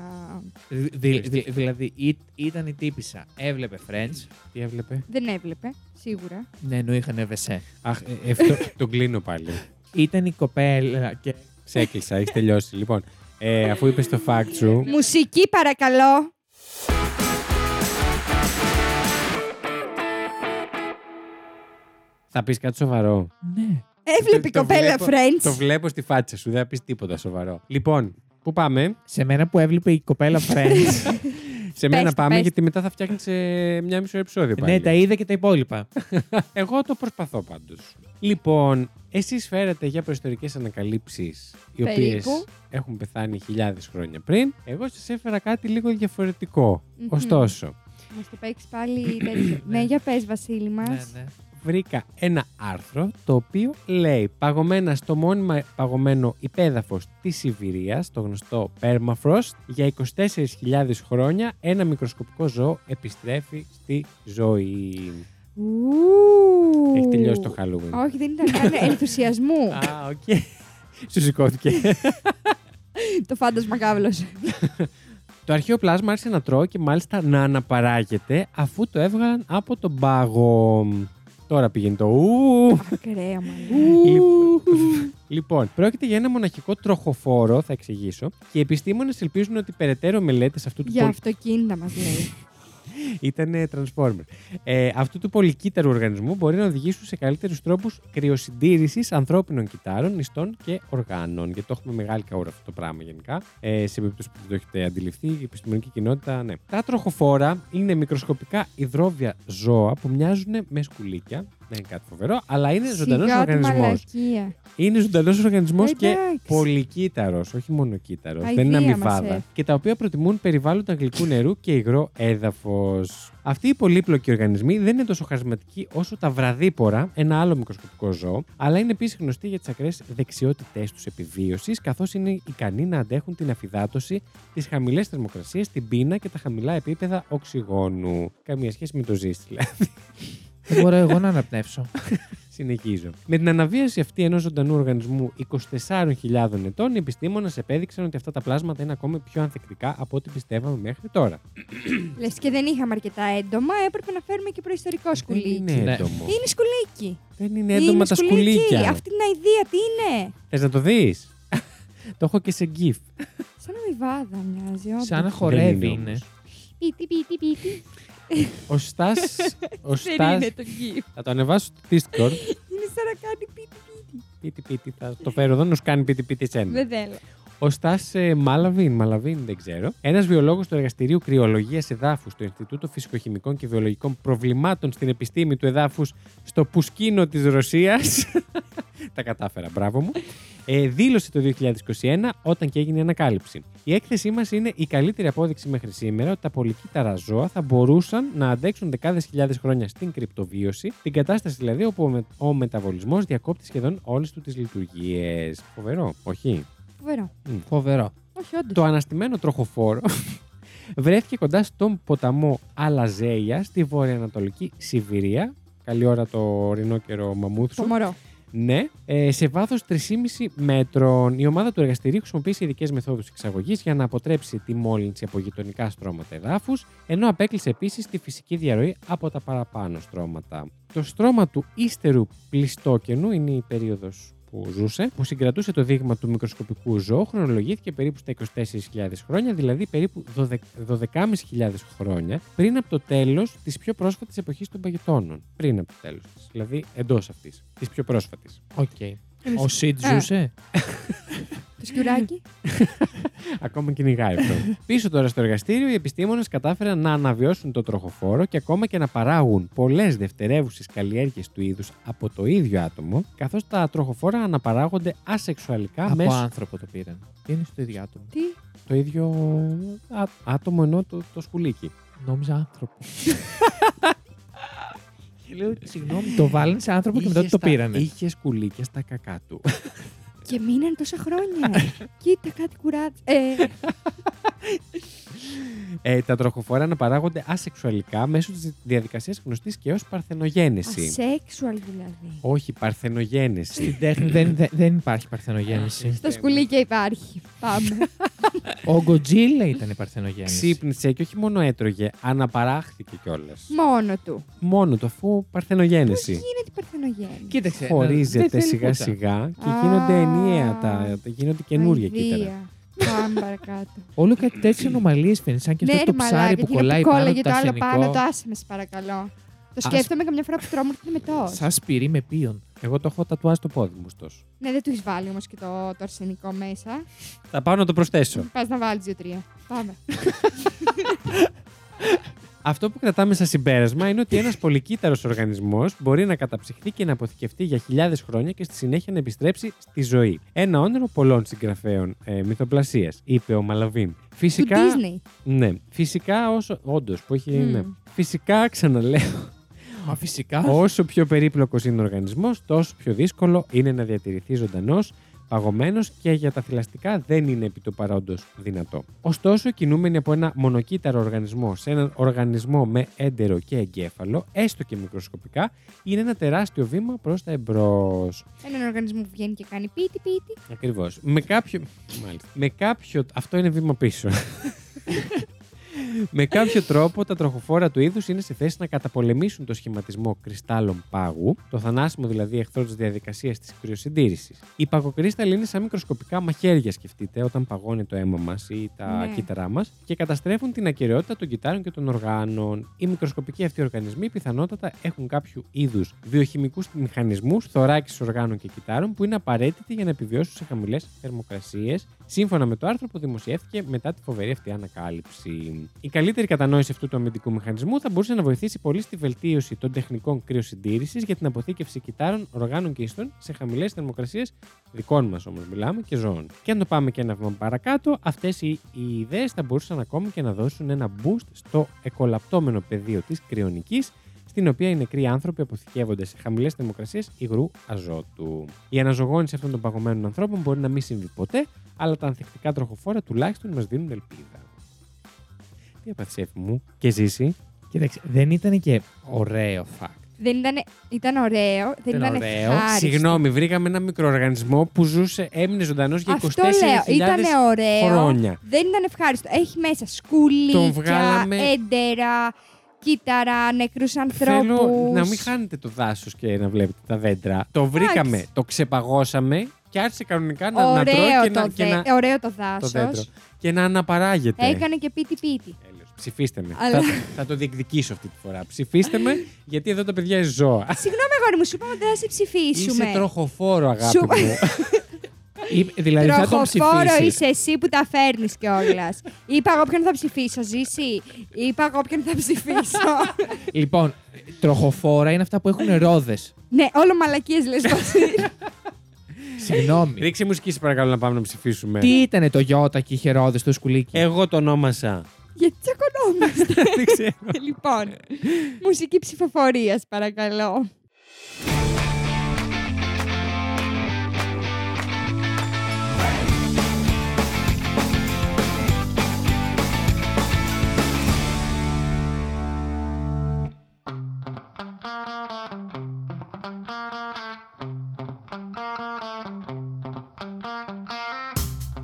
Speaker 2: Δη- δη- δη- δηλαδή, ή- ήταν η τύπησα. Έβλεπε Friends.
Speaker 1: Τι έβλεπε.
Speaker 3: Δεν έβλεπε, σίγουρα.
Speaker 2: Ναι, ενώ είχαν βεσέ.
Speaker 1: Αχ, ε, ε, αυτό τον κλείνω πάλι.
Speaker 2: Ήταν η κοπέλα και
Speaker 1: Σε έκλεισα, έχεις τελειώσει. Λοιπόν, ε, αφού είπες το fact σου.
Speaker 3: Μουσική, παρακαλώ.
Speaker 1: Θα πεις κάτι σοβαρό.
Speaker 2: Ναι.
Speaker 3: Έβλεπε η
Speaker 1: Το- το
Speaker 3: κοπέλα
Speaker 1: βλέπω- Το
Speaker 3: Friends.
Speaker 1: βλέπω στη φάτσα σου, δεν θα πεις τίποτα σοβαρό. Λοιπόν, πού πάμε.
Speaker 2: Σε μένα που έβλεπε η κοπέλα Friends.
Speaker 1: Σε μένα
Speaker 3: Πες,
Speaker 1: πάμε,
Speaker 3: πες.
Speaker 1: γιατί μετά θα φτιάχνεις μια μισό επεισόδιο πάλι.
Speaker 2: ναι, τα είδα και τα υπόλοιπα.
Speaker 1: Εγώ το προσπαθώ πάντως. Λοιπόν, εσείς φέρετε για προϊστορικές ανακαλύψεις, οι
Speaker 3: Περίπου.
Speaker 1: οποίες έχουν πεθάνει χιλιάδες χρόνια πριν. Εγώ σας έφερα κάτι λίγο διαφορετικό.
Speaker 3: Μμμ.
Speaker 1: Ωστόσο,
Speaker 3: Μας το παίξεις πάλι τέτοιο. ναι, για πες, Βασίλη μας.
Speaker 2: ναι, ναι.
Speaker 1: βρήκα ένα άρθρο το οποίο λέει παγωμένα στο μόνιμα παγωμένο υπέδαφος της Σιβηρίας, το γνωστό permafrost, για 24.000 χρόνια ένα μικροσκοπικό ζώο επιστρέφει στη ζωή. Έχει τελειώσει το Halloween.
Speaker 3: Όχι, δεν ήταν καν ενθουσιασμού.
Speaker 1: Α, οκ. Σου σηκώθηκε.
Speaker 3: το φάντασμα κάβλο.
Speaker 1: Το αρχαίο πλάσμα άρχισε να τρώει και μάλιστα να αναπαράγεται αφού το έβγαλαν από τον πάγο. Τώρα πήγαινε το ου.
Speaker 3: Ακραία, μάλλον.
Speaker 1: Λοιπόν- Λοιπόν, πρόκειται για ένα μοναχικό τροχοφόρο, θα εξηγήσω, και οι επιστήμονες ελπίζουν ότι περαιτέρω μελέτες αυτού του
Speaker 3: Για
Speaker 1: πολ...
Speaker 3: αυτοκίνητα μας λέει.
Speaker 1: Ήταν transformer. Ε, αυτού του πολυκύτταρου οργανισμού μπορεί να οδηγήσουν σε καλύτερους τρόπους κρυοσυντήρησης ανθρώπινων κυτάρων, ιστών και οργάνων. Γιατί το έχουμε μεγάλη καούρα αυτό το πράγμα γενικά. Ε, σε περίπτωση που δεν το έχετε αντιληφθεί, η επιστημονική κοινότητα, ναι. Τα τροχοφόρα είναι μικροσκοπικά υδρόβια ζώα που μοιάζουν με σκουλίκια. Δεν είναι κάτι φοβερό, αλλά είναι ζωντανό
Speaker 3: Σιγά τη
Speaker 1: οργανισμός.
Speaker 3: μαλακία. Ε,
Speaker 1: Είναι ζωντανός οργανισμός και
Speaker 3: Εντάξει.
Speaker 1: πολυκύτταρος, όχι μόνο κύτταρος.
Speaker 3: Αηδία
Speaker 1: Δεν είναι
Speaker 3: μας,
Speaker 1: αμοιβάδα.
Speaker 3: ε.
Speaker 1: Και τα οποία προτιμούν περιβάλλοντα γλυκού νερού και υγρό έδαφος. Αυτοί οι πολύπλοκοι οργανισμοί δεν είναι τόσο χαρισματικοί όσο τα βραδύπορα, ένα άλλο μικροσκοπικό ζώο, αλλά είναι επίσης γνωστοί για τις ακραίες δεξιότητές τους επιβίωσης, καθώς είναι ικανοί να αντέχουν την αφυδάτωση, τις χαμηλές θερμοκρασίες, την πείνα και τα χαμηλά επίπεδα οξυγόνου. Καμία σχέση με το ζήστηλα.
Speaker 2: Δεν ναι. μπορώ εγώ να αναπνεύσω.
Speaker 1: Συνεχίζω. Με την αναβίαση αυτή ενός ζωντανού οργανισμού 24.000 ετών, οι επιστήμονες επέδειξαν ότι αυτά τα πλάσματα είναι ακόμη πιο ανθεκτικά από ό,τι πιστεύαμε μέχρι τώρα.
Speaker 3: Λες και δεν είχαμε αρκετά έντομα, έπρεπε να φέρουμε και προϊστορικό σκουλίκι.
Speaker 1: Δεν Ε, είναι
Speaker 2: Ναι.
Speaker 1: έντομο.
Speaker 3: Είναι σκουλίκι.
Speaker 1: Δεν είναι έντομα τα σκουλίκια.
Speaker 3: Αυτή την αηδία τι είναι.
Speaker 1: Θες να το δεις. το έχω και σε γκίφ.
Speaker 3: Σαν αμοιβάδα μοιάζει. όντως.
Speaker 2: Σαν να
Speaker 1: Δεν είναι
Speaker 2: χορεύει είναι.
Speaker 1: όμως.
Speaker 3: Πίτι, πίτι, πίτι.
Speaker 1: Ο Στάς... ο
Speaker 3: Δεν
Speaker 1: Στάς...
Speaker 3: είναι το γκίφ.
Speaker 1: θα το ανεβάσω στο Discord.
Speaker 3: Είναι σαν να κάνει πίτι, πίτι.
Speaker 1: πίτι πίτι, θα το φέρω εδώ να σου κάνει πίτι πίτι σένα.
Speaker 3: Δεν θέλω.
Speaker 1: Ο Στάς Μάλαβιν, Μαλαβίν, δεν ξέρω. Ένας βιολόγος του Εργαστηρίου Κρυολογίας Εδάφους του Ινστιτούτου Φυσικοχημικών και Βιολογικών Προβλημάτων στην Επιστήμη του Εδάφους στο Πουσκίνο της Ρωσίας. Τα κατάφερα, μπράβο μου. Ε, δήλωσε το 2021 όταν και έγινε η ανακάλυψη. Η έκθεσή μας είναι η καλύτερη απόδειξη μέχρι σήμερα ότι τα πολυκύτταρα ζώα θα μπορούσαν να αντέξουν δεκάδες χιλιάδες χρόνια στην κρυπτοβίωση, την κατάσταση δηλαδή όπου ο, με- ο μεταβολισμός διακόπτει σχεδόν όλες του τις λειτουργίες. Φοβερό, όχι.
Speaker 3: Φοβερό.
Speaker 2: Φοβερό.
Speaker 3: Όχι, όντως.
Speaker 1: Το αναστημένο τροχοφόρο βρέθηκε κοντά στον ποταμό Αλαζέια στη βόρεια-ανατολική Σιβηρία. Καλή ώρα το ορεινό καιρό μαμούθου.
Speaker 3: Το μωρό.
Speaker 1: Ναι, ε, σε βάθος 3,5 μέτρων. Η ομάδα του εργαστηρίου χρησιμοποίησε ειδικές μεθόδους εξαγωγής για να αποτρέψει τη μόλυνση από γειτονικά στρώματα εδάφους, ενώ απέκλεισε επίσης τη φυσική διαρροή από τα παραπάνω στρώματα. Το στρώμα του ύστερου πλιστόκενου είναι η περίοδος που ζούσε, που συγκρατούσε το δείγμα του μικροσκοπικού ζώου, χρονολογήθηκε περίπου στα 24.000 χρόνια, δηλαδή περίπου 12 12.500 χρόνια, πριν από το τέλος της πιο πρόσφατης εποχής των παγετώνων. Πριν από το τέλος της, δηλαδή εντός αυτής, της πιο πρόσφατης.
Speaker 2: Οκ. Ο Σιτ ζούσε.
Speaker 3: Το Το σκιουράκι.
Speaker 1: Ακόμα κυνηγάει αυτό. Πίσω τώρα στο εργαστήριο, οι επιστήμονες κατάφεραν να αναβιώσουν το τροχοφόρο και ακόμα και να παράγουν πολλές δευτερεύουσες καλλιέργειες του είδους από το ίδιο άτομο, καθώς τα τροχοφόρα αναπαράγονται ασεξουαλικά
Speaker 2: Από
Speaker 1: μέσω.
Speaker 2: άνθρωπο το πήραν. Δεν είναι στο ίδιο άτομο.
Speaker 3: Τι.
Speaker 1: Το ίδιο α- άτομο ενώ το, το σκουλίκι.
Speaker 2: Νόμιζα άνθρωπο. Και λέω, συγγνώμη, το βάλανε σε άνθρωπο και μετά
Speaker 1: Είχε
Speaker 2: του το
Speaker 1: στα-
Speaker 2: πήρανε.
Speaker 1: Είχε σκουλίκια στα κακά του.
Speaker 3: Και μείναν τόσα χρόνια. Κοίτα κάτι κουράτσα. Ε,
Speaker 1: Ε, τα τροχοφόρα αναπαράγονται ασεξουαλικά μέσω της διαδικασίας γνωστής και ως παρθενογένεση.
Speaker 3: asexual δηλαδή.
Speaker 1: Όχι, παρθενογένεση.
Speaker 2: Στην τέχνη δεν, δεν, δεν υπάρχει παρθενογέννηση.
Speaker 3: Στο σκουλίκια υπάρχει. Πάμε.
Speaker 2: Ο Γκοτζίλα ήταν η παρθενογέννηση.
Speaker 1: Ξύπνησε και όχι μόνο έτρωγε, αναπαράχθηκε κιόλας.
Speaker 3: Μόνο του.
Speaker 1: Μόνο το αφού
Speaker 3: Πώς
Speaker 1: παρθενογένεση.
Speaker 3: γίνεται η παρθενογέννηση.
Speaker 2: Κοίταξε. δεν
Speaker 1: Χωρίζεται
Speaker 2: θέλει
Speaker 1: σιγά
Speaker 2: κούτα.
Speaker 1: σιγά και
Speaker 3: Α.
Speaker 1: γίνονται ενιαία τα. τα- Γίνονται καινούρια
Speaker 3: Αηδία.
Speaker 1: κύτταρα.
Speaker 3: Πάμε παρακάτω.
Speaker 2: Όλο κάτι τέτοιες ανομαλίες φαίνεται. Σαν και
Speaker 3: ναι,
Speaker 2: αυτό
Speaker 3: ρε
Speaker 2: το ψάρι
Speaker 3: μαλάκα,
Speaker 2: που
Speaker 3: εκείνο
Speaker 2: κολλάει πάνω
Speaker 3: κόλλαγε
Speaker 2: το
Speaker 3: το άλλο πάνω, το
Speaker 2: ασθενικό.
Speaker 3: άσε με σε παρακαλώ. Το σκέφτομαι καμιά φορά που τρώω μου έρχεται μετό.
Speaker 2: Σαν σπυρί με πίον.
Speaker 1: Εγώ το έχω τατουάσει το πόδι μου, ωστόσο.
Speaker 3: Ναι, δεν του έχεις βάλει όμως και το, το αρσενικό μέσα.
Speaker 1: Θα πάω να το προσθέσω.
Speaker 3: Πας να βάλεις δύο-τρία. Πάμε.
Speaker 1: Αυτό που κρατάμε σαν συμπέρασμα είναι ότι ένας πολυκύτταρος οργανισμός μπορεί να καταψυχθεί και να αποθηκευτεί για χιλιάδες χρόνια και στη συνέχεια να επιστρέψει στη ζωή. Ένα όνειρο πολλών συγγραφέων ε, μυθοπλασίας, είπε ο Μαλαβίν.
Speaker 3: Του
Speaker 1: Φυσικά.
Speaker 3: Disney.
Speaker 1: Ναι, φυσικά όσο. Όντως, που έχει.
Speaker 3: Μμμ.
Speaker 1: ναι. Φυσικά, ξαναλέω,
Speaker 2: Μα φυσικά.
Speaker 1: Όσο πιο περίπλοκος είναι ο οργανισμός, τόσο πιο δύσκολο είναι να διατηρηθεί ζωντανός, παγωμένος και για τα θηλαστικά δεν είναι επί του παρόντος δυνατό. Ωστόσο, κινούμενοι από ένα μονοκύτταρο οργανισμό σε έναν οργανισμό με έντερο και εγκέφαλο, έστω και μικροσκοπικά, είναι ένα τεράστιο βήμα προς τα εμπρός.
Speaker 3: Έναν οργανισμό που βγαίνει και κάνει πίτι-πίτι.
Speaker 1: Ακριβώς. Με κάποιο. Μάλιστα. Με κάποιο. Αυτό είναι βήμα πίσω. Με κάποιο τρόπο, τα τροχοφόρα του είδους είναι σε θέση να καταπολεμήσουν το σχηματισμό κρυστάλλων πάγου, το θανάσιμο δηλαδή εχθρό της διαδικασίας της κρυοσυντήρησης. Η παγοκρίσταλη είναι σαν μικροσκοπικά μαχαίρια, σκεφτείτε, όταν παγώνει το αίμα μας ή τα
Speaker 3: Ναι.
Speaker 1: κύτταρά μας και καταστρέφουν την ακαιρεότητα των κυτάρων και των οργάνων. Οι μικροσκοπικοί αυτοί οργανισμοί πιθανότατα έχουν κάποιου είδους βιοχημικούς μηχανισμούς θωράκισης οργάνων και κυτάρων που είναι απαραίτητοι για να επιβιώσουν σε χαμηλές θερμοκρασίες, σύμφωνα με το άρθρο που δημοσιεύτηκε μετά τη φοβερή αυτή ανακάλυψη. Η καλύτερη κατανόηση αυτού του αμυντικού μηχανισμού θα μπορούσε να βοηθήσει πολύ στη βελτίωση των τεχνικών κρυοσυντήρησης για την αποθήκευση κυτάρων, οργάνων και ιστών σε χαμηλές θερμοκρασίες δικών μας όμως μιλάμε και ζώων. Και αν το πάμε και ένα βήμα παρακάτω, αυτές οι, οι ιδέες θα μπορούσαν ακόμη και να δώσουν ένα boost στο εκολαπτώμενο πεδίο της κρυονικής, στην οποία οι νεκροί άνθρωποι αποθηκεύονται σε χαμηλές θερμοκρασίες υγρού αζότου. Η αναζωογόνηση αυτών των παγωμένων ανθρώπων μπορεί να μην συμβεί ποτέ, αλλά τα ανθεκτικά τροχοφόρα τουλάχιστον μας δίνουν ελπίδα. Τι έπαθε, Εύη μου, και ζήσει.
Speaker 2: Κοίταξε, δεν ήταν και ωραίο fact.
Speaker 3: Δεν ήταν, ήταν ωραίο, δεν
Speaker 2: Ήταν
Speaker 3: ήταν
Speaker 2: ωραίο.
Speaker 3: ευχάριστο.
Speaker 1: Συγγνώμη, βρήκαμε ένα μικροοργανισμό που ζούσε, έμεινε ζωντανός για 24.000
Speaker 3: Αυτό λέω, ήταν ωραίο.
Speaker 1: χρόνια.
Speaker 3: Δεν ήταν ευχάριστο. Έχει μέσα σκουλίκια,
Speaker 1: Τον βγάλαμε-
Speaker 3: έντερα, κύτταρα, νεκρούς ανθρώπους.
Speaker 1: Θέλω να μην χάνετε το δάσος και να βλέπετε τα δέντρα. Το βρήκαμε, το ξεπαγώσαμε και άρχισε κανονικά να, να τρώει
Speaker 3: Ωραίο,
Speaker 1: και,
Speaker 3: το,
Speaker 1: να, και
Speaker 3: δε-
Speaker 1: να-
Speaker 3: ωραίο το
Speaker 1: το
Speaker 3: δάσος.
Speaker 1: δέντρο. Ναι. Και να αναπαράγεται.
Speaker 3: Έκανε και πίτι πίτι.
Speaker 1: Τέλος. Ψηφίστε με.
Speaker 3: Αλλά-
Speaker 1: Θα, θα το διεκδικήσω αυτή τη φορά. Ψηφίστε με, γιατί εδώ τα παιδιά είναι ζώα.
Speaker 3: Συγγνώμη, αγόρι μου, σου είπαμε ότι δεν θα σε ψηφίσουμε.
Speaker 1: Είσαι τροχοφόρο, αγάπη
Speaker 3: Σου-
Speaker 1: μου.
Speaker 2: Ή- δηλαδή θα τον
Speaker 3: Τροχοφόρο
Speaker 2: ψηφίσεις.
Speaker 3: είσαι εσύ που τα φέρνεις κιόλας. Είπα εγώ ποιον θα ψηφίσω, Ζήση. Είπα εγώ ποιον θα ψηφίσω.
Speaker 2: Λοιπόν, τροχοφόρα είναι αυτά που έχουν ρόδες.
Speaker 3: ναι, όλο μαλακίες λες.
Speaker 2: Συγγνώμη.
Speaker 1: Ρίξε μουσική, σε παρακαλώ, να πάμε να ψηφίσουμε.
Speaker 2: Τι ήταν το Ιώτα και είχε ρόδε στο σκουλίκι.
Speaker 1: Εγώ το ονόμασα.
Speaker 3: Γιατί τσακωνόμαστε.
Speaker 1: Δεν ξέρω.
Speaker 3: λοιπόν, μουσική ψηφοφορίας, παρακαλώ.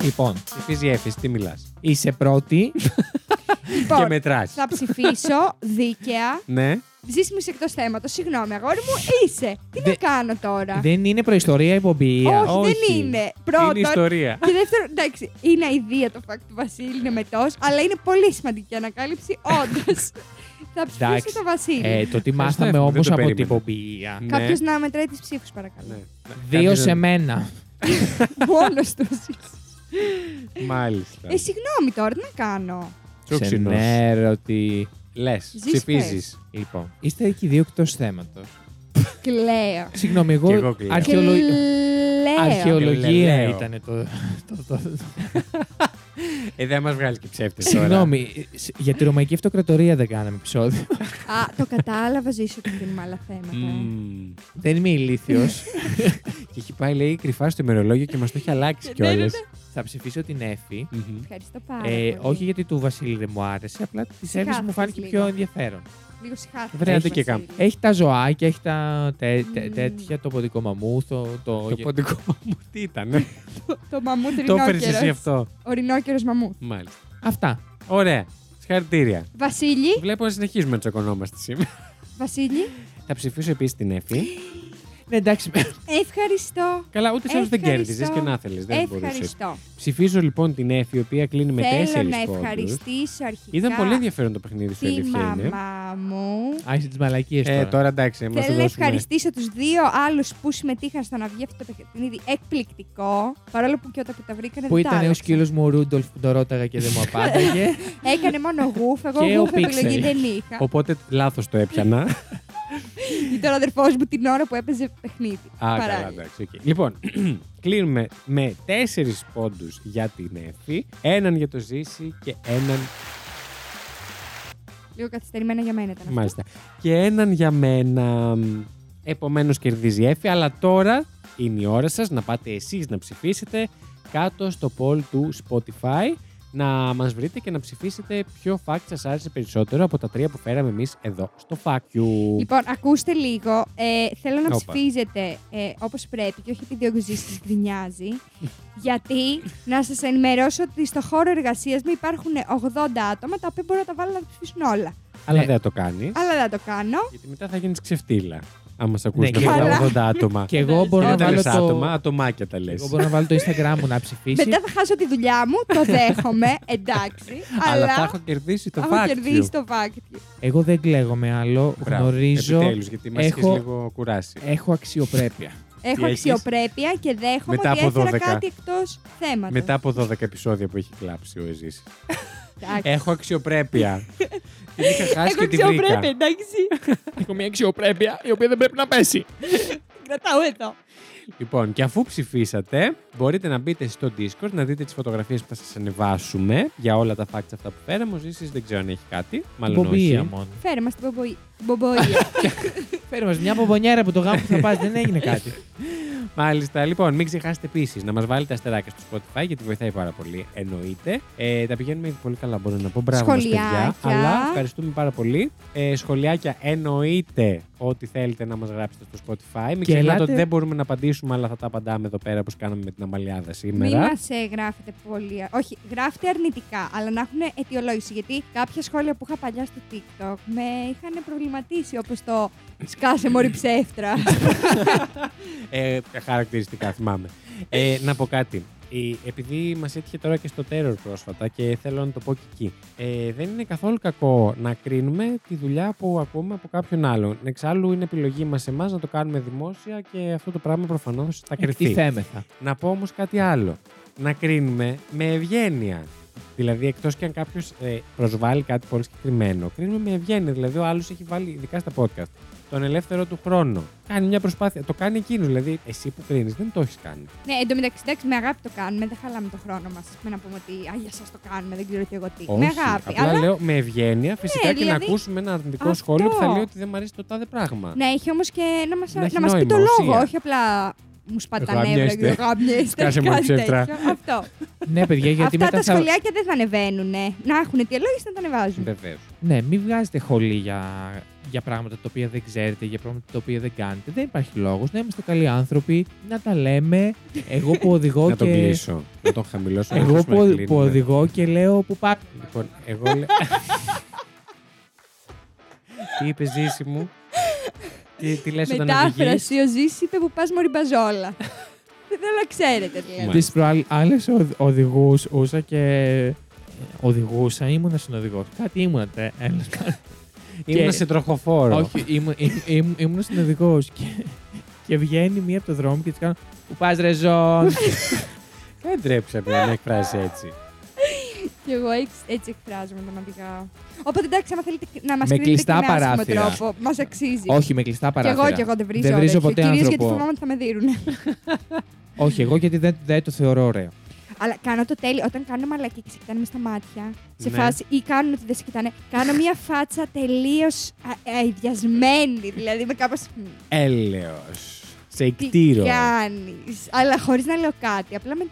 Speaker 2: Λοιπόν,
Speaker 1: Ψηφίζει έφεση, τι μιλάς.
Speaker 2: είσαι πρώτη.
Speaker 1: Και
Speaker 3: λοιπόν,
Speaker 1: μετράς.
Speaker 3: θα ψηφίσω δίκαια.
Speaker 1: Ναι.
Speaker 3: Ζήση μου εκτός θέματος. Συγγνώμη, αγόρι μου, είσαι. Τι να
Speaker 2: Δε-
Speaker 3: κάνω τώρα.
Speaker 2: δεν είναι προϊστορία η πομπή.
Speaker 3: όχι,
Speaker 1: όχι.
Speaker 3: δεν είναι.
Speaker 1: Είναι
Speaker 3: Πρώτον,
Speaker 1: ιστορία.
Speaker 3: Και δεύτερον, εντάξει, είναι αηδία το fact του Βασίλη, είναι μετός, αλλά είναι πολύ σημαντική ανακάλυψη, όντως. θα
Speaker 2: Εντάξει.
Speaker 3: ψηφίσω το Βασίλη.
Speaker 2: Ε, το τι
Speaker 1: δεν
Speaker 2: μάθαμε
Speaker 1: το
Speaker 2: όμω από
Speaker 1: περίμενα.
Speaker 2: την πομπία.
Speaker 1: Ναι.
Speaker 3: Κάποιος να μετράει τις ψήφους, παρακαλώ.
Speaker 1: Ναι.
Speaker 2: Δύο
Speaker 1: Κάποιος
Speaker 2: σε
Speaker 1: να-
Speaker 2: μένα.
Speaker 3: Μόνος του.
Speaker 1: Μάλιστα.
Speaker 3: Ε, συγγνώμη τώρα, τι να κάνω.
Speaker 1: Τσούξινος.
Speaker 2: Ξενέρωτη.
Speaker 1: Λες,
Speaker 3: Ζεις
Speaker 1: ψηφίζεις.
Speaker 2: Λοιπόν, είστε εκεί δύο εκτός θέματος.
Speaker 3: Κλαίω.
Speaker 2: Συγγνώμη,
Speaker 1: Κι εγώ
Speaker 2: εγώ.
Speaker 1: κλαίω.
Speaker 2: αρχαιολο-
Speaker 3: Κλαίω.
Speaker 2: Αρχαιολογία
Speaker 1: Κλαίω.
Speaker 2: ήταν το. το- το-
Speaker 1: Ε, δεν μας βγάλεις και ψεύτη τώρα.
Speaker 2: Συγγνώμη, ε, σ- για τη Ρωμαϊκή Αυτοκρατορία δεν κάναμε επεισόδιο.
Speaker 3: Α, το κατάλαβα, ζήσω ότι δίνουμε άλλα θέματα. ε.
Speaker 1: Μμμ.
Speaker 2: Δεν είμαι ηλίθιος.
Speaker 1: Και έχει πάει, λέει, κρυφά στο ημερολόγιο και μας το έχει
Speaker 3: Ναι,
Speaker 1: αλλάξει κιόλα.
Speaker 2: Θα ψηφίσω την Εφη.
Speaker 3: Ευχαριστώ πάρα
Speaker 2: Ε,
Speaker 3: πολύ.
Speaker 2: όχι γιατί του Βασίλη δεν μου άρεσε, απλά της Εφης μου
Speaker 3: Συγχάθηκες
Speaker 2: φάνηκε
Speaker 3: λίγο.
Speaker 2: πιο ενδιαφέρον.
Speaker 3: Λίγο συχάθηκα.
Speaker 2: Βρε,
Speaker 1: άντε
Speaker 3: Βασίλη.
Speaker 1: και κάμ.
Speaker 2: Έχει τα ζωάκια, έχει τα τε- τε-
Speaker 3: Μμμ.
Speaker 2: τέτοια, το ποντικό μαμούθο, το.
Speaker 1: Το ποντικό μου τι ήταν. ε?
Speaker 3: Το μαμούτ
Speaker 1: Το έφερε εσύ
Speaker 3: ρινόκερος.
Speaker 1: αυτό.
Speaker 3: Ο ρινόκερος μαμούτ.
Speaker 1: Μάλιστα.
Speaker 2: Αυτά.
Speaker 1: Ωραία. Συγχαρητήρια.
Speaker 3: Βασίλη,
Speaker 1: Βλέπω να συνεχίζουμε να τσακωνόμαστε σήμερα.
Speaker 3: Βασίλη,
Speaker 1: Θα ψηφίσω επίσης την Εφη.
Speaker 2: Ναι, εντάξει.
Speaker 3: ευχαριστώ.
Speaker 1: Καλά, ούτε σε δεν
Speaker 3: Ευχαριστώ.
Speaker 1: κέρδιζες και να θέλεις. Δεν μπορούσες.
Speaker 3: Ευχαριστώ.
Speaker 1: Ψηφίζω λοιπόν την Εφη, η οποία κλείνει με
Speaker 3: Θέλω
Speaker 1: τέσσερις
Speaker 3: να
Speaker 1: πόντου.
Speaker 3: ευχαριστήσω αρχικά
Speaker 1: Ήταν πολύ ενδιαφέρον το παιχνίδι σου, η
Speaker 3: τη
Speaker 1: αλήθεια είναι.
Speaker 3: μαμά μου.
Speaker 2: Άρχισε τι μαλακίε
Speaker 1: Ε,
Speaker 2: τώρα.
Speaker 1: τώρα εντάξει, μας
Speaker 3: Θέλω να ευχαριστήσω τους δύο άλλους που συμμετείχαν στο να βγει αυτό το παιχνίδι. Εκπληκτικό. Παρόλο που και όταν που τα βρήκανε
Speaker 2: Που
Speaker 3: δεν τα
Speaker 2: ήταν ο
Speaker 3: άλλαξαν.
Speaker 2: σκύλος μου ο Ρούντολφ που τον ρώταγα και δεν μου απάνταγε.
Speaker 3: Έκανε μόνο γουφ. Εγώ
Speaker 2: Και ο
Speaker 3: γουφ
Speaker 2: Pixel.
Speaker 3: επιλογή δεν είχα.
Speaker 1: Οπότε λάθος το έπιανα.
Speaker 3: Ήταν ο αδερφός μου την ώρα που έπαιζε παιχνίδι.
Speaker 1: Α, καλά,
Speaker 3: Παράλληλα.
Speaker 1: εντάξει. οκ. Λοιπόν, κλείνουμε με τέσσερις πόντους για την Εφη, έναν για το Ζήση και έναν.
Speaker 3: Λίγο καθυστερημένα για μένα ήταν. αυτό.
Speaker 1: Μάλιστα. Και έναν για μένα. Επομένως κερδίζει η Εφη, αλλά τώρα είναι η ώρα σας να πάτε εσείς να ψηφίσετε κάτω στο poll του Spotify να μας βρείτε και να ψηφίσετε ποιο fact σας άρεσε περισσότερο από τα τρία που φέραμε εμείς εδώ στο Fact You.
Speaker 3: Λοιπόν, ακούστε λίγο. Ε, θέλω να
Speaker 1: Όπα.
Speaker 3: ψηφίζετε ε, όπως πρέπει και όχι επειδή ο Ζήση γκρινιάζει. γιατί να σας ενημερώσω ότι στο χώρο εργασίας μου υπάρχουν 80 άτομα τα οποία μπορώ να τα βάλω να τα ψηφίσουν όλα.
Speaker 1: Αλλά
Speaker 2: Ναι.
Speaker 1: δεν το κάνεις.
Speaker 3: Αλλά δεν το κάνω.
Speaker 1: Γιατί μετά θα γίνεις ξεφτύλα. Αν μα ακούσουν
Speaker 2: Ναι,
Speaker 1: ναι,
Speaker 2: και
Speaker 3: καλά.
Speaker 1: 80 άτομα.
Speaker 2: και εγώ μπορώ να
Speaker 1: δεν τα
Speaker 2: βάλω
Speaker 1: λες
Speaker 2: το.
Speaker 1: άτομα, ατομάκια τα λες.
Speaker 2: Εγώ μπορώ να βάλω το Instagram μου να ψηφίσει.
Speaker 3: Μετά θα χάσω τη δουλειά μου, το δέχομαι, εντάξει.
Speaker 1: Αλλά
Speaker 3: αλλά
Speaker 1: θα έχω κερδίσει το
Speaker 3: έχω
Speaker 1: φάκελο.
Speaker 3: κερδίσει το βάκτιο.
Speaker 2: Εγώ δεν κλαίγομαι άλλο. Γνωρίζω.
Speaker 1: Επιτέλους, γιατί μας
Speaker 2: έχω-
Speaker 1: έχει λίγο κουράσει.
Speaker 2: Έχω αξιοπρέπεια.
Speaker 3: Έχω
Speaker 1: έχεις?
Speaker 3: αξιοπρέπεια και δέχομαι
Speaker 1: Μετά
Speaker 3: ότι
Speaker 1: από
Speaker 3: έφερα
Speaker 1: 12.
Speaker 3: κάτι εκτός θέματος.
Speaker 1: Μετά από 12 επεισόδια που έχει κλάψει ο Εζής. Έχω αξιοπρέπεια. την είχα χάσει
Speaker 3: Έχω
Speaker 1: και την βρήκα.
Speaker 3: αξιοπρέπεια, εντάξει.
Speaker 2: Έχω μια αξιοπρέπεια η οποία δεν πρέπει να πέσει.
Speaker 3: Την Κρατάω εδώ.
Speaker 1: Λοιπόν, και αφού ψηφίσατε, μπορείτε να μπείτε στο Discord να δείτε τις φωτογραφίες που θα σας ανεβάσουμε για όλα τα facts αυτά που φέραμε. Ο Ζήσης δεν ξέρω αν έχει κάτι. Μάλλον
Speaker 2: Μπομπία
Speaker 1: όχι.
Speaker 2: μόνο.
Speaker 3: Φέρε μας την μπομποή- την μπομπόια.
Speaker 2: Φέρε μας μια μπομπονιέρα που το γάμο που θα πας δεν έγινε κάτι.
Speaker 1: Μάλιστα, λοιπόν, μην ξεχάσετε επίσης να μας βάλετε αστεράκια στο Spotify γιατί βοηθάει πάρα πολύ. Εννοείται. Ε, τα πηγαίνουμε ήδη πολύ καλά, μπορώ να πω. Μπράβο, μας, παιδιά.
Speaker 3: Σχολιάκια.
Speaker 1: Αλλά ευχαριστούμε πάρα πολύ. Ε, σχολιάκια, εννοείται ότι θέλετε να μας γράψετε στο Spotify. Μην ξεχνάτε
Speaker 2: ελάτε-
Speaker 1: ότι δεν μπορούμε να απαντήσουμε, αλλά θα τα απαντάμε εδώ πέρα όπως κάναμε με την Αμαλιάδα
Speaker 3: Μην
Speaker 1: σήμερα.
Speaker 3: μα γράφετε πολύ. Όχι, γράφτε αρνητικά, αλλά να έχουν αιτιολόγηση. Γιατί κάποια σχόλια που είχα παλιά στο TikTok με είχαν προβληματίσει, όπως το σκάσε μωρή ψεύτρα.
Speaker 1: Ε, χαρακτηριστικά θυμάμαι. Ε, να πω κάτι. Η- επειδή μας έτυχε τώρα και στο Terror πρόσφατα και θέλω να το πω και εκεί. Ε, δεν είναι καθόλου κακό να κρίνουμε τη δουλειά που ακούμε από κάποιον άλλον. Εξάλλου είναι επιλογή μας εμάς να το κάνουμε δημόσια και αυτό το πράγμα προφανώς θα κρυθεί.
Speaker 2: Εκτιθέμεθα.
Speaker 1: Να πω όμως κάτι άλλο. Να κρίνουμε με ευγένεια. Δηλαδή, εκτός και αν κάποιος ε, προσβάλλει κάτι πολύ συγκεκριμένο, κρίνουμε με ευγένεια. Δηλαδή, ο άλλος έχει βάλει, ειδικά στα podcast, τον ελεύθερο του χρόνο. Κάνει μια προσπάθεια. Το κάνει εκείνος. Δηλαδή, εσύ που κρίνεις, δεν το έχεις κάνει.
Speaker 3: ναι, εντωμεταξύ, εντάξει, με αγάπη το κάνουμε. Δεν χαλάμε το χρόνο μας. Με να πούμε ότι Α, για σας το κάνουμε, δεν ξέρω τι εγώ τι. Ε, με αγάπη.
Speaker 1: Απλά
Speaker 3: αλλά
Speaker 1: λέω με ευγένεια, φυσικά και
Speaker 3: δηλαδή,
Speaker 1: να ακούσουμε ένα αρνητικό
Speaker 3: αυτό. Ναι.
Speaker 1: σχόλιο που θα λέει ότι δεν μου αρέσει το τάδε πράγμα.
Speaker 3: να έχει όμως και
Speaker 1: Να
Speaker 3: να μα
Speaker 1: έχει
Speaker 3: να μας πει το
Speaker 1: νόημα,
Speaker 3: λόγο,
Speaker 1: ουσία.
Speaker 3: όχι απλά μου σπατανεύει
Speaker 1: Γαμιέστε.
Speaker 3: και γάμιέστε.
Speaker 1: Σκάσε μωρή ψεύτρα.
Speaker 3: Αυτό.
Speaker 2: Ναι, παιδιά, γιατί
Speaker 3: Αυτά
Speaker 2: μετά
Speaker 3: τα
Speaker 2: θα.
Speaker 3: σχολιάκια δεν θα ανεβαίνουν. Να έχουν αιτιολόγηση να τα ανεβάζουν.
Speaker 1: Βεβαίως.
Speaker 2: Ναι, μην βγάζετε χολή για, για πράγματα τα οποία δεν ξέρετε, για πράγματα τα οποία δεν κάνετε. Δεν υπάρχει λόγος να είμαστε καλοί άνθρωποι, να τα λέμε. Εγώ που οδηγώ
Speaker 1: Να τον
Speaker 2: και.
Speaker 1: κλείσω. να τον χαμηλώσω. να
Speaker 2: Εγώ
Speaker 1: ακούσουμε να
Speaker 2: που, που
Speaker 1: κλείνουμε.
Speaker 2: οδηγώ και λέω που πάμε.
Speaker 1: Λοιπόν, εγώ. λέ- τι είπες, Ζήση μου. τι, τι λες όταν οδηγείς.
Speaker 3: Μετάφραση, ο Ζήσης είπε που πας μοριμπαζόλα. Δεν θέλω να ξέρετε δηλαδή. τι λέτε.
Speaker 1: Μάλιστα.
Speaker 2: Τι προάλλε οδηγούσα και. Οδηγούσα, ήμουνα συνοδηγός. Κάτι ήμουνα, τε, ένας-
Speaker 1: Ήμουν
Speaker 2: Και-
Speaker 1: σε τροχοφόρο.
Speaker 2: Όχι, ήμουν, ήμ- ήμ- ήμουν συνοδηγός. Και, και βγαίνει μία από το δρόμο και της κάνω. Που πας, Ρεζόν.
Speaker 1: Ε, Δεν τρέψα πια να εκφράσει έτσι.
Speaker 3: Και εγώ έτσι, έτσι εκφράζομαι μαθηματικά. Οπότε εντάξει, άμα θέλετε να μας
Speaker 2: Με
Speaker 3: κρίνετε
Speaker 2: κλειστά
Speaker 3: και με άσχημο
Speaker 2: παράθυρα.
Speaker 3: τρόπο, μας αξίζει.
Speaker 2: Όχι, με κλειστά
Speaker 3: Κι εγώ
Speaker 2: παράθυρα.
Speaker 3: και εγώ δεν βρίζω.
Speaker 2: Δεν βρίζω ποτέ
Speaker 3: Κυρίως γιατί
Speaker 2: άνθρωπο.
Speaker 3: θυμάμαι ότι θα με δίνουν.
Speaker 2: Όχι, εγώ γιατί δεν, δεν το θεωρώ ωραίο.
Speaker 3: Αλλά κάνω το τέλειο. Όταν κάνω μαλακή και σε κοιτάνε μες στα μάτια, σε
Speaker 1: Ναι.
Speaker 3: φάση, ή κάνουν ότι δεν σε κοιτάνε, κάνω μια φάτσα τελείως αειδιασμένη. Δηλαδή με κάπως.
Speaker 1: Έλεος. Σε
Speaker 3: Τι
Speaker 1: κτήρο.
Speaker 3: κάνεις. Αλλά χωρίς να λέω κάτι. Απλά με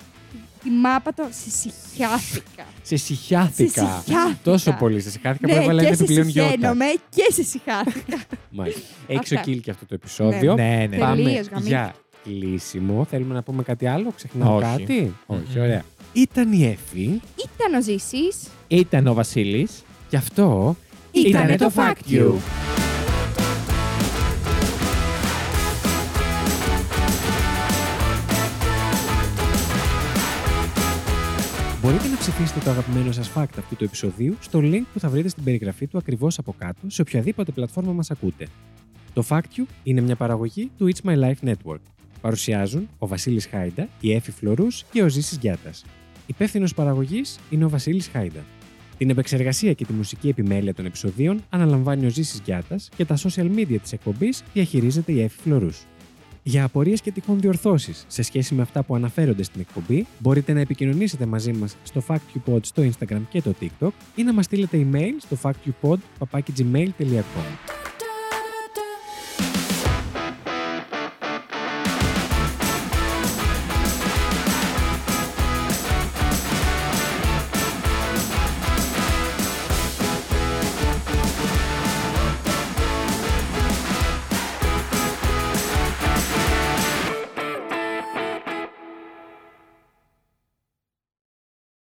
Speaker 3: τη μάπα το συσυχιάθηκα.
Speaker 1: Σε συχιάθηκα.
Speaker 3: Σε συχιάθηκα.
Speaker 1: Τόσο πολύ. Σε συχιάθηκα που έβαλα
Speaker 3: Ναι, και
Speaker 1: ένα
Speaker 3: σε
Speaker 1: επιπλέον γιώτα.
Speaker 3: συχαίνομαι και σε συχάθηκα.
Speaker 1: Μάλιστα. Έχει
Speaker 3: Αυτά.
Speaker 1: ξοκύλει και αυτό το επεισόδιο.
Speaker 2: Ναι, ναι.
Speaker 3: Τελείως
Speaker 1: Πάμε
Speaker 3: γαμίτη.
Speaker 1: για κλείσιμο. Θέλουμε να πούμε κάτι άλλο. Ξεχνάω
Speaker 2: Όχι.
Speaker 1: κάτι.
Speaker 2: Μμμ.
Speaker 1: Όχι, ωραία. Ήταν η Εφη.
Speaker 3: Ήταν ο Ζήσης.
Speaker 2: Ήταν ο Βασίλης.
Speaker 1: Γι' αυτό
Speaker 3: Ήτανε το Fact You.
Speaker 1: Μπορείτε να ψηφίσετε το αγαπημένο σας fact αυτού του επεισοδίου στο link που θα βρείτε στην περιγραφή του ακριβώς από κάτω σε οποιαδήποτε πλατφόρμα μας ακούτε. Το Fact You είναι μια παραγωγή του It's My Life Network. Παρουσιάζουν ο Βασίλης Χάιντα, η Έφη Φλωρούς και ο Ζήσης Γιάτας. Υπεύθυνος παραγωγής είναι ο Βασίλης Χάιντα. Την επεξεργασία και τη μουσική επιμέλεια των επεισοδίων αναλαμβάνει ο Ζήσης Γιάτας και τα social media της εκπομπής διαχειρίζεται η Εφη Φλωρούς. Για απορίες και τυχόν διορθώσεις σε σχέση με αυτά που αναφέρονται στην εκπομπή, μπορείτε να επικοινωνήσετε μαζί μας στο FactQpod στο Instagram και το TikTok ή να μας στείλετε email στο factqpod.gmail.com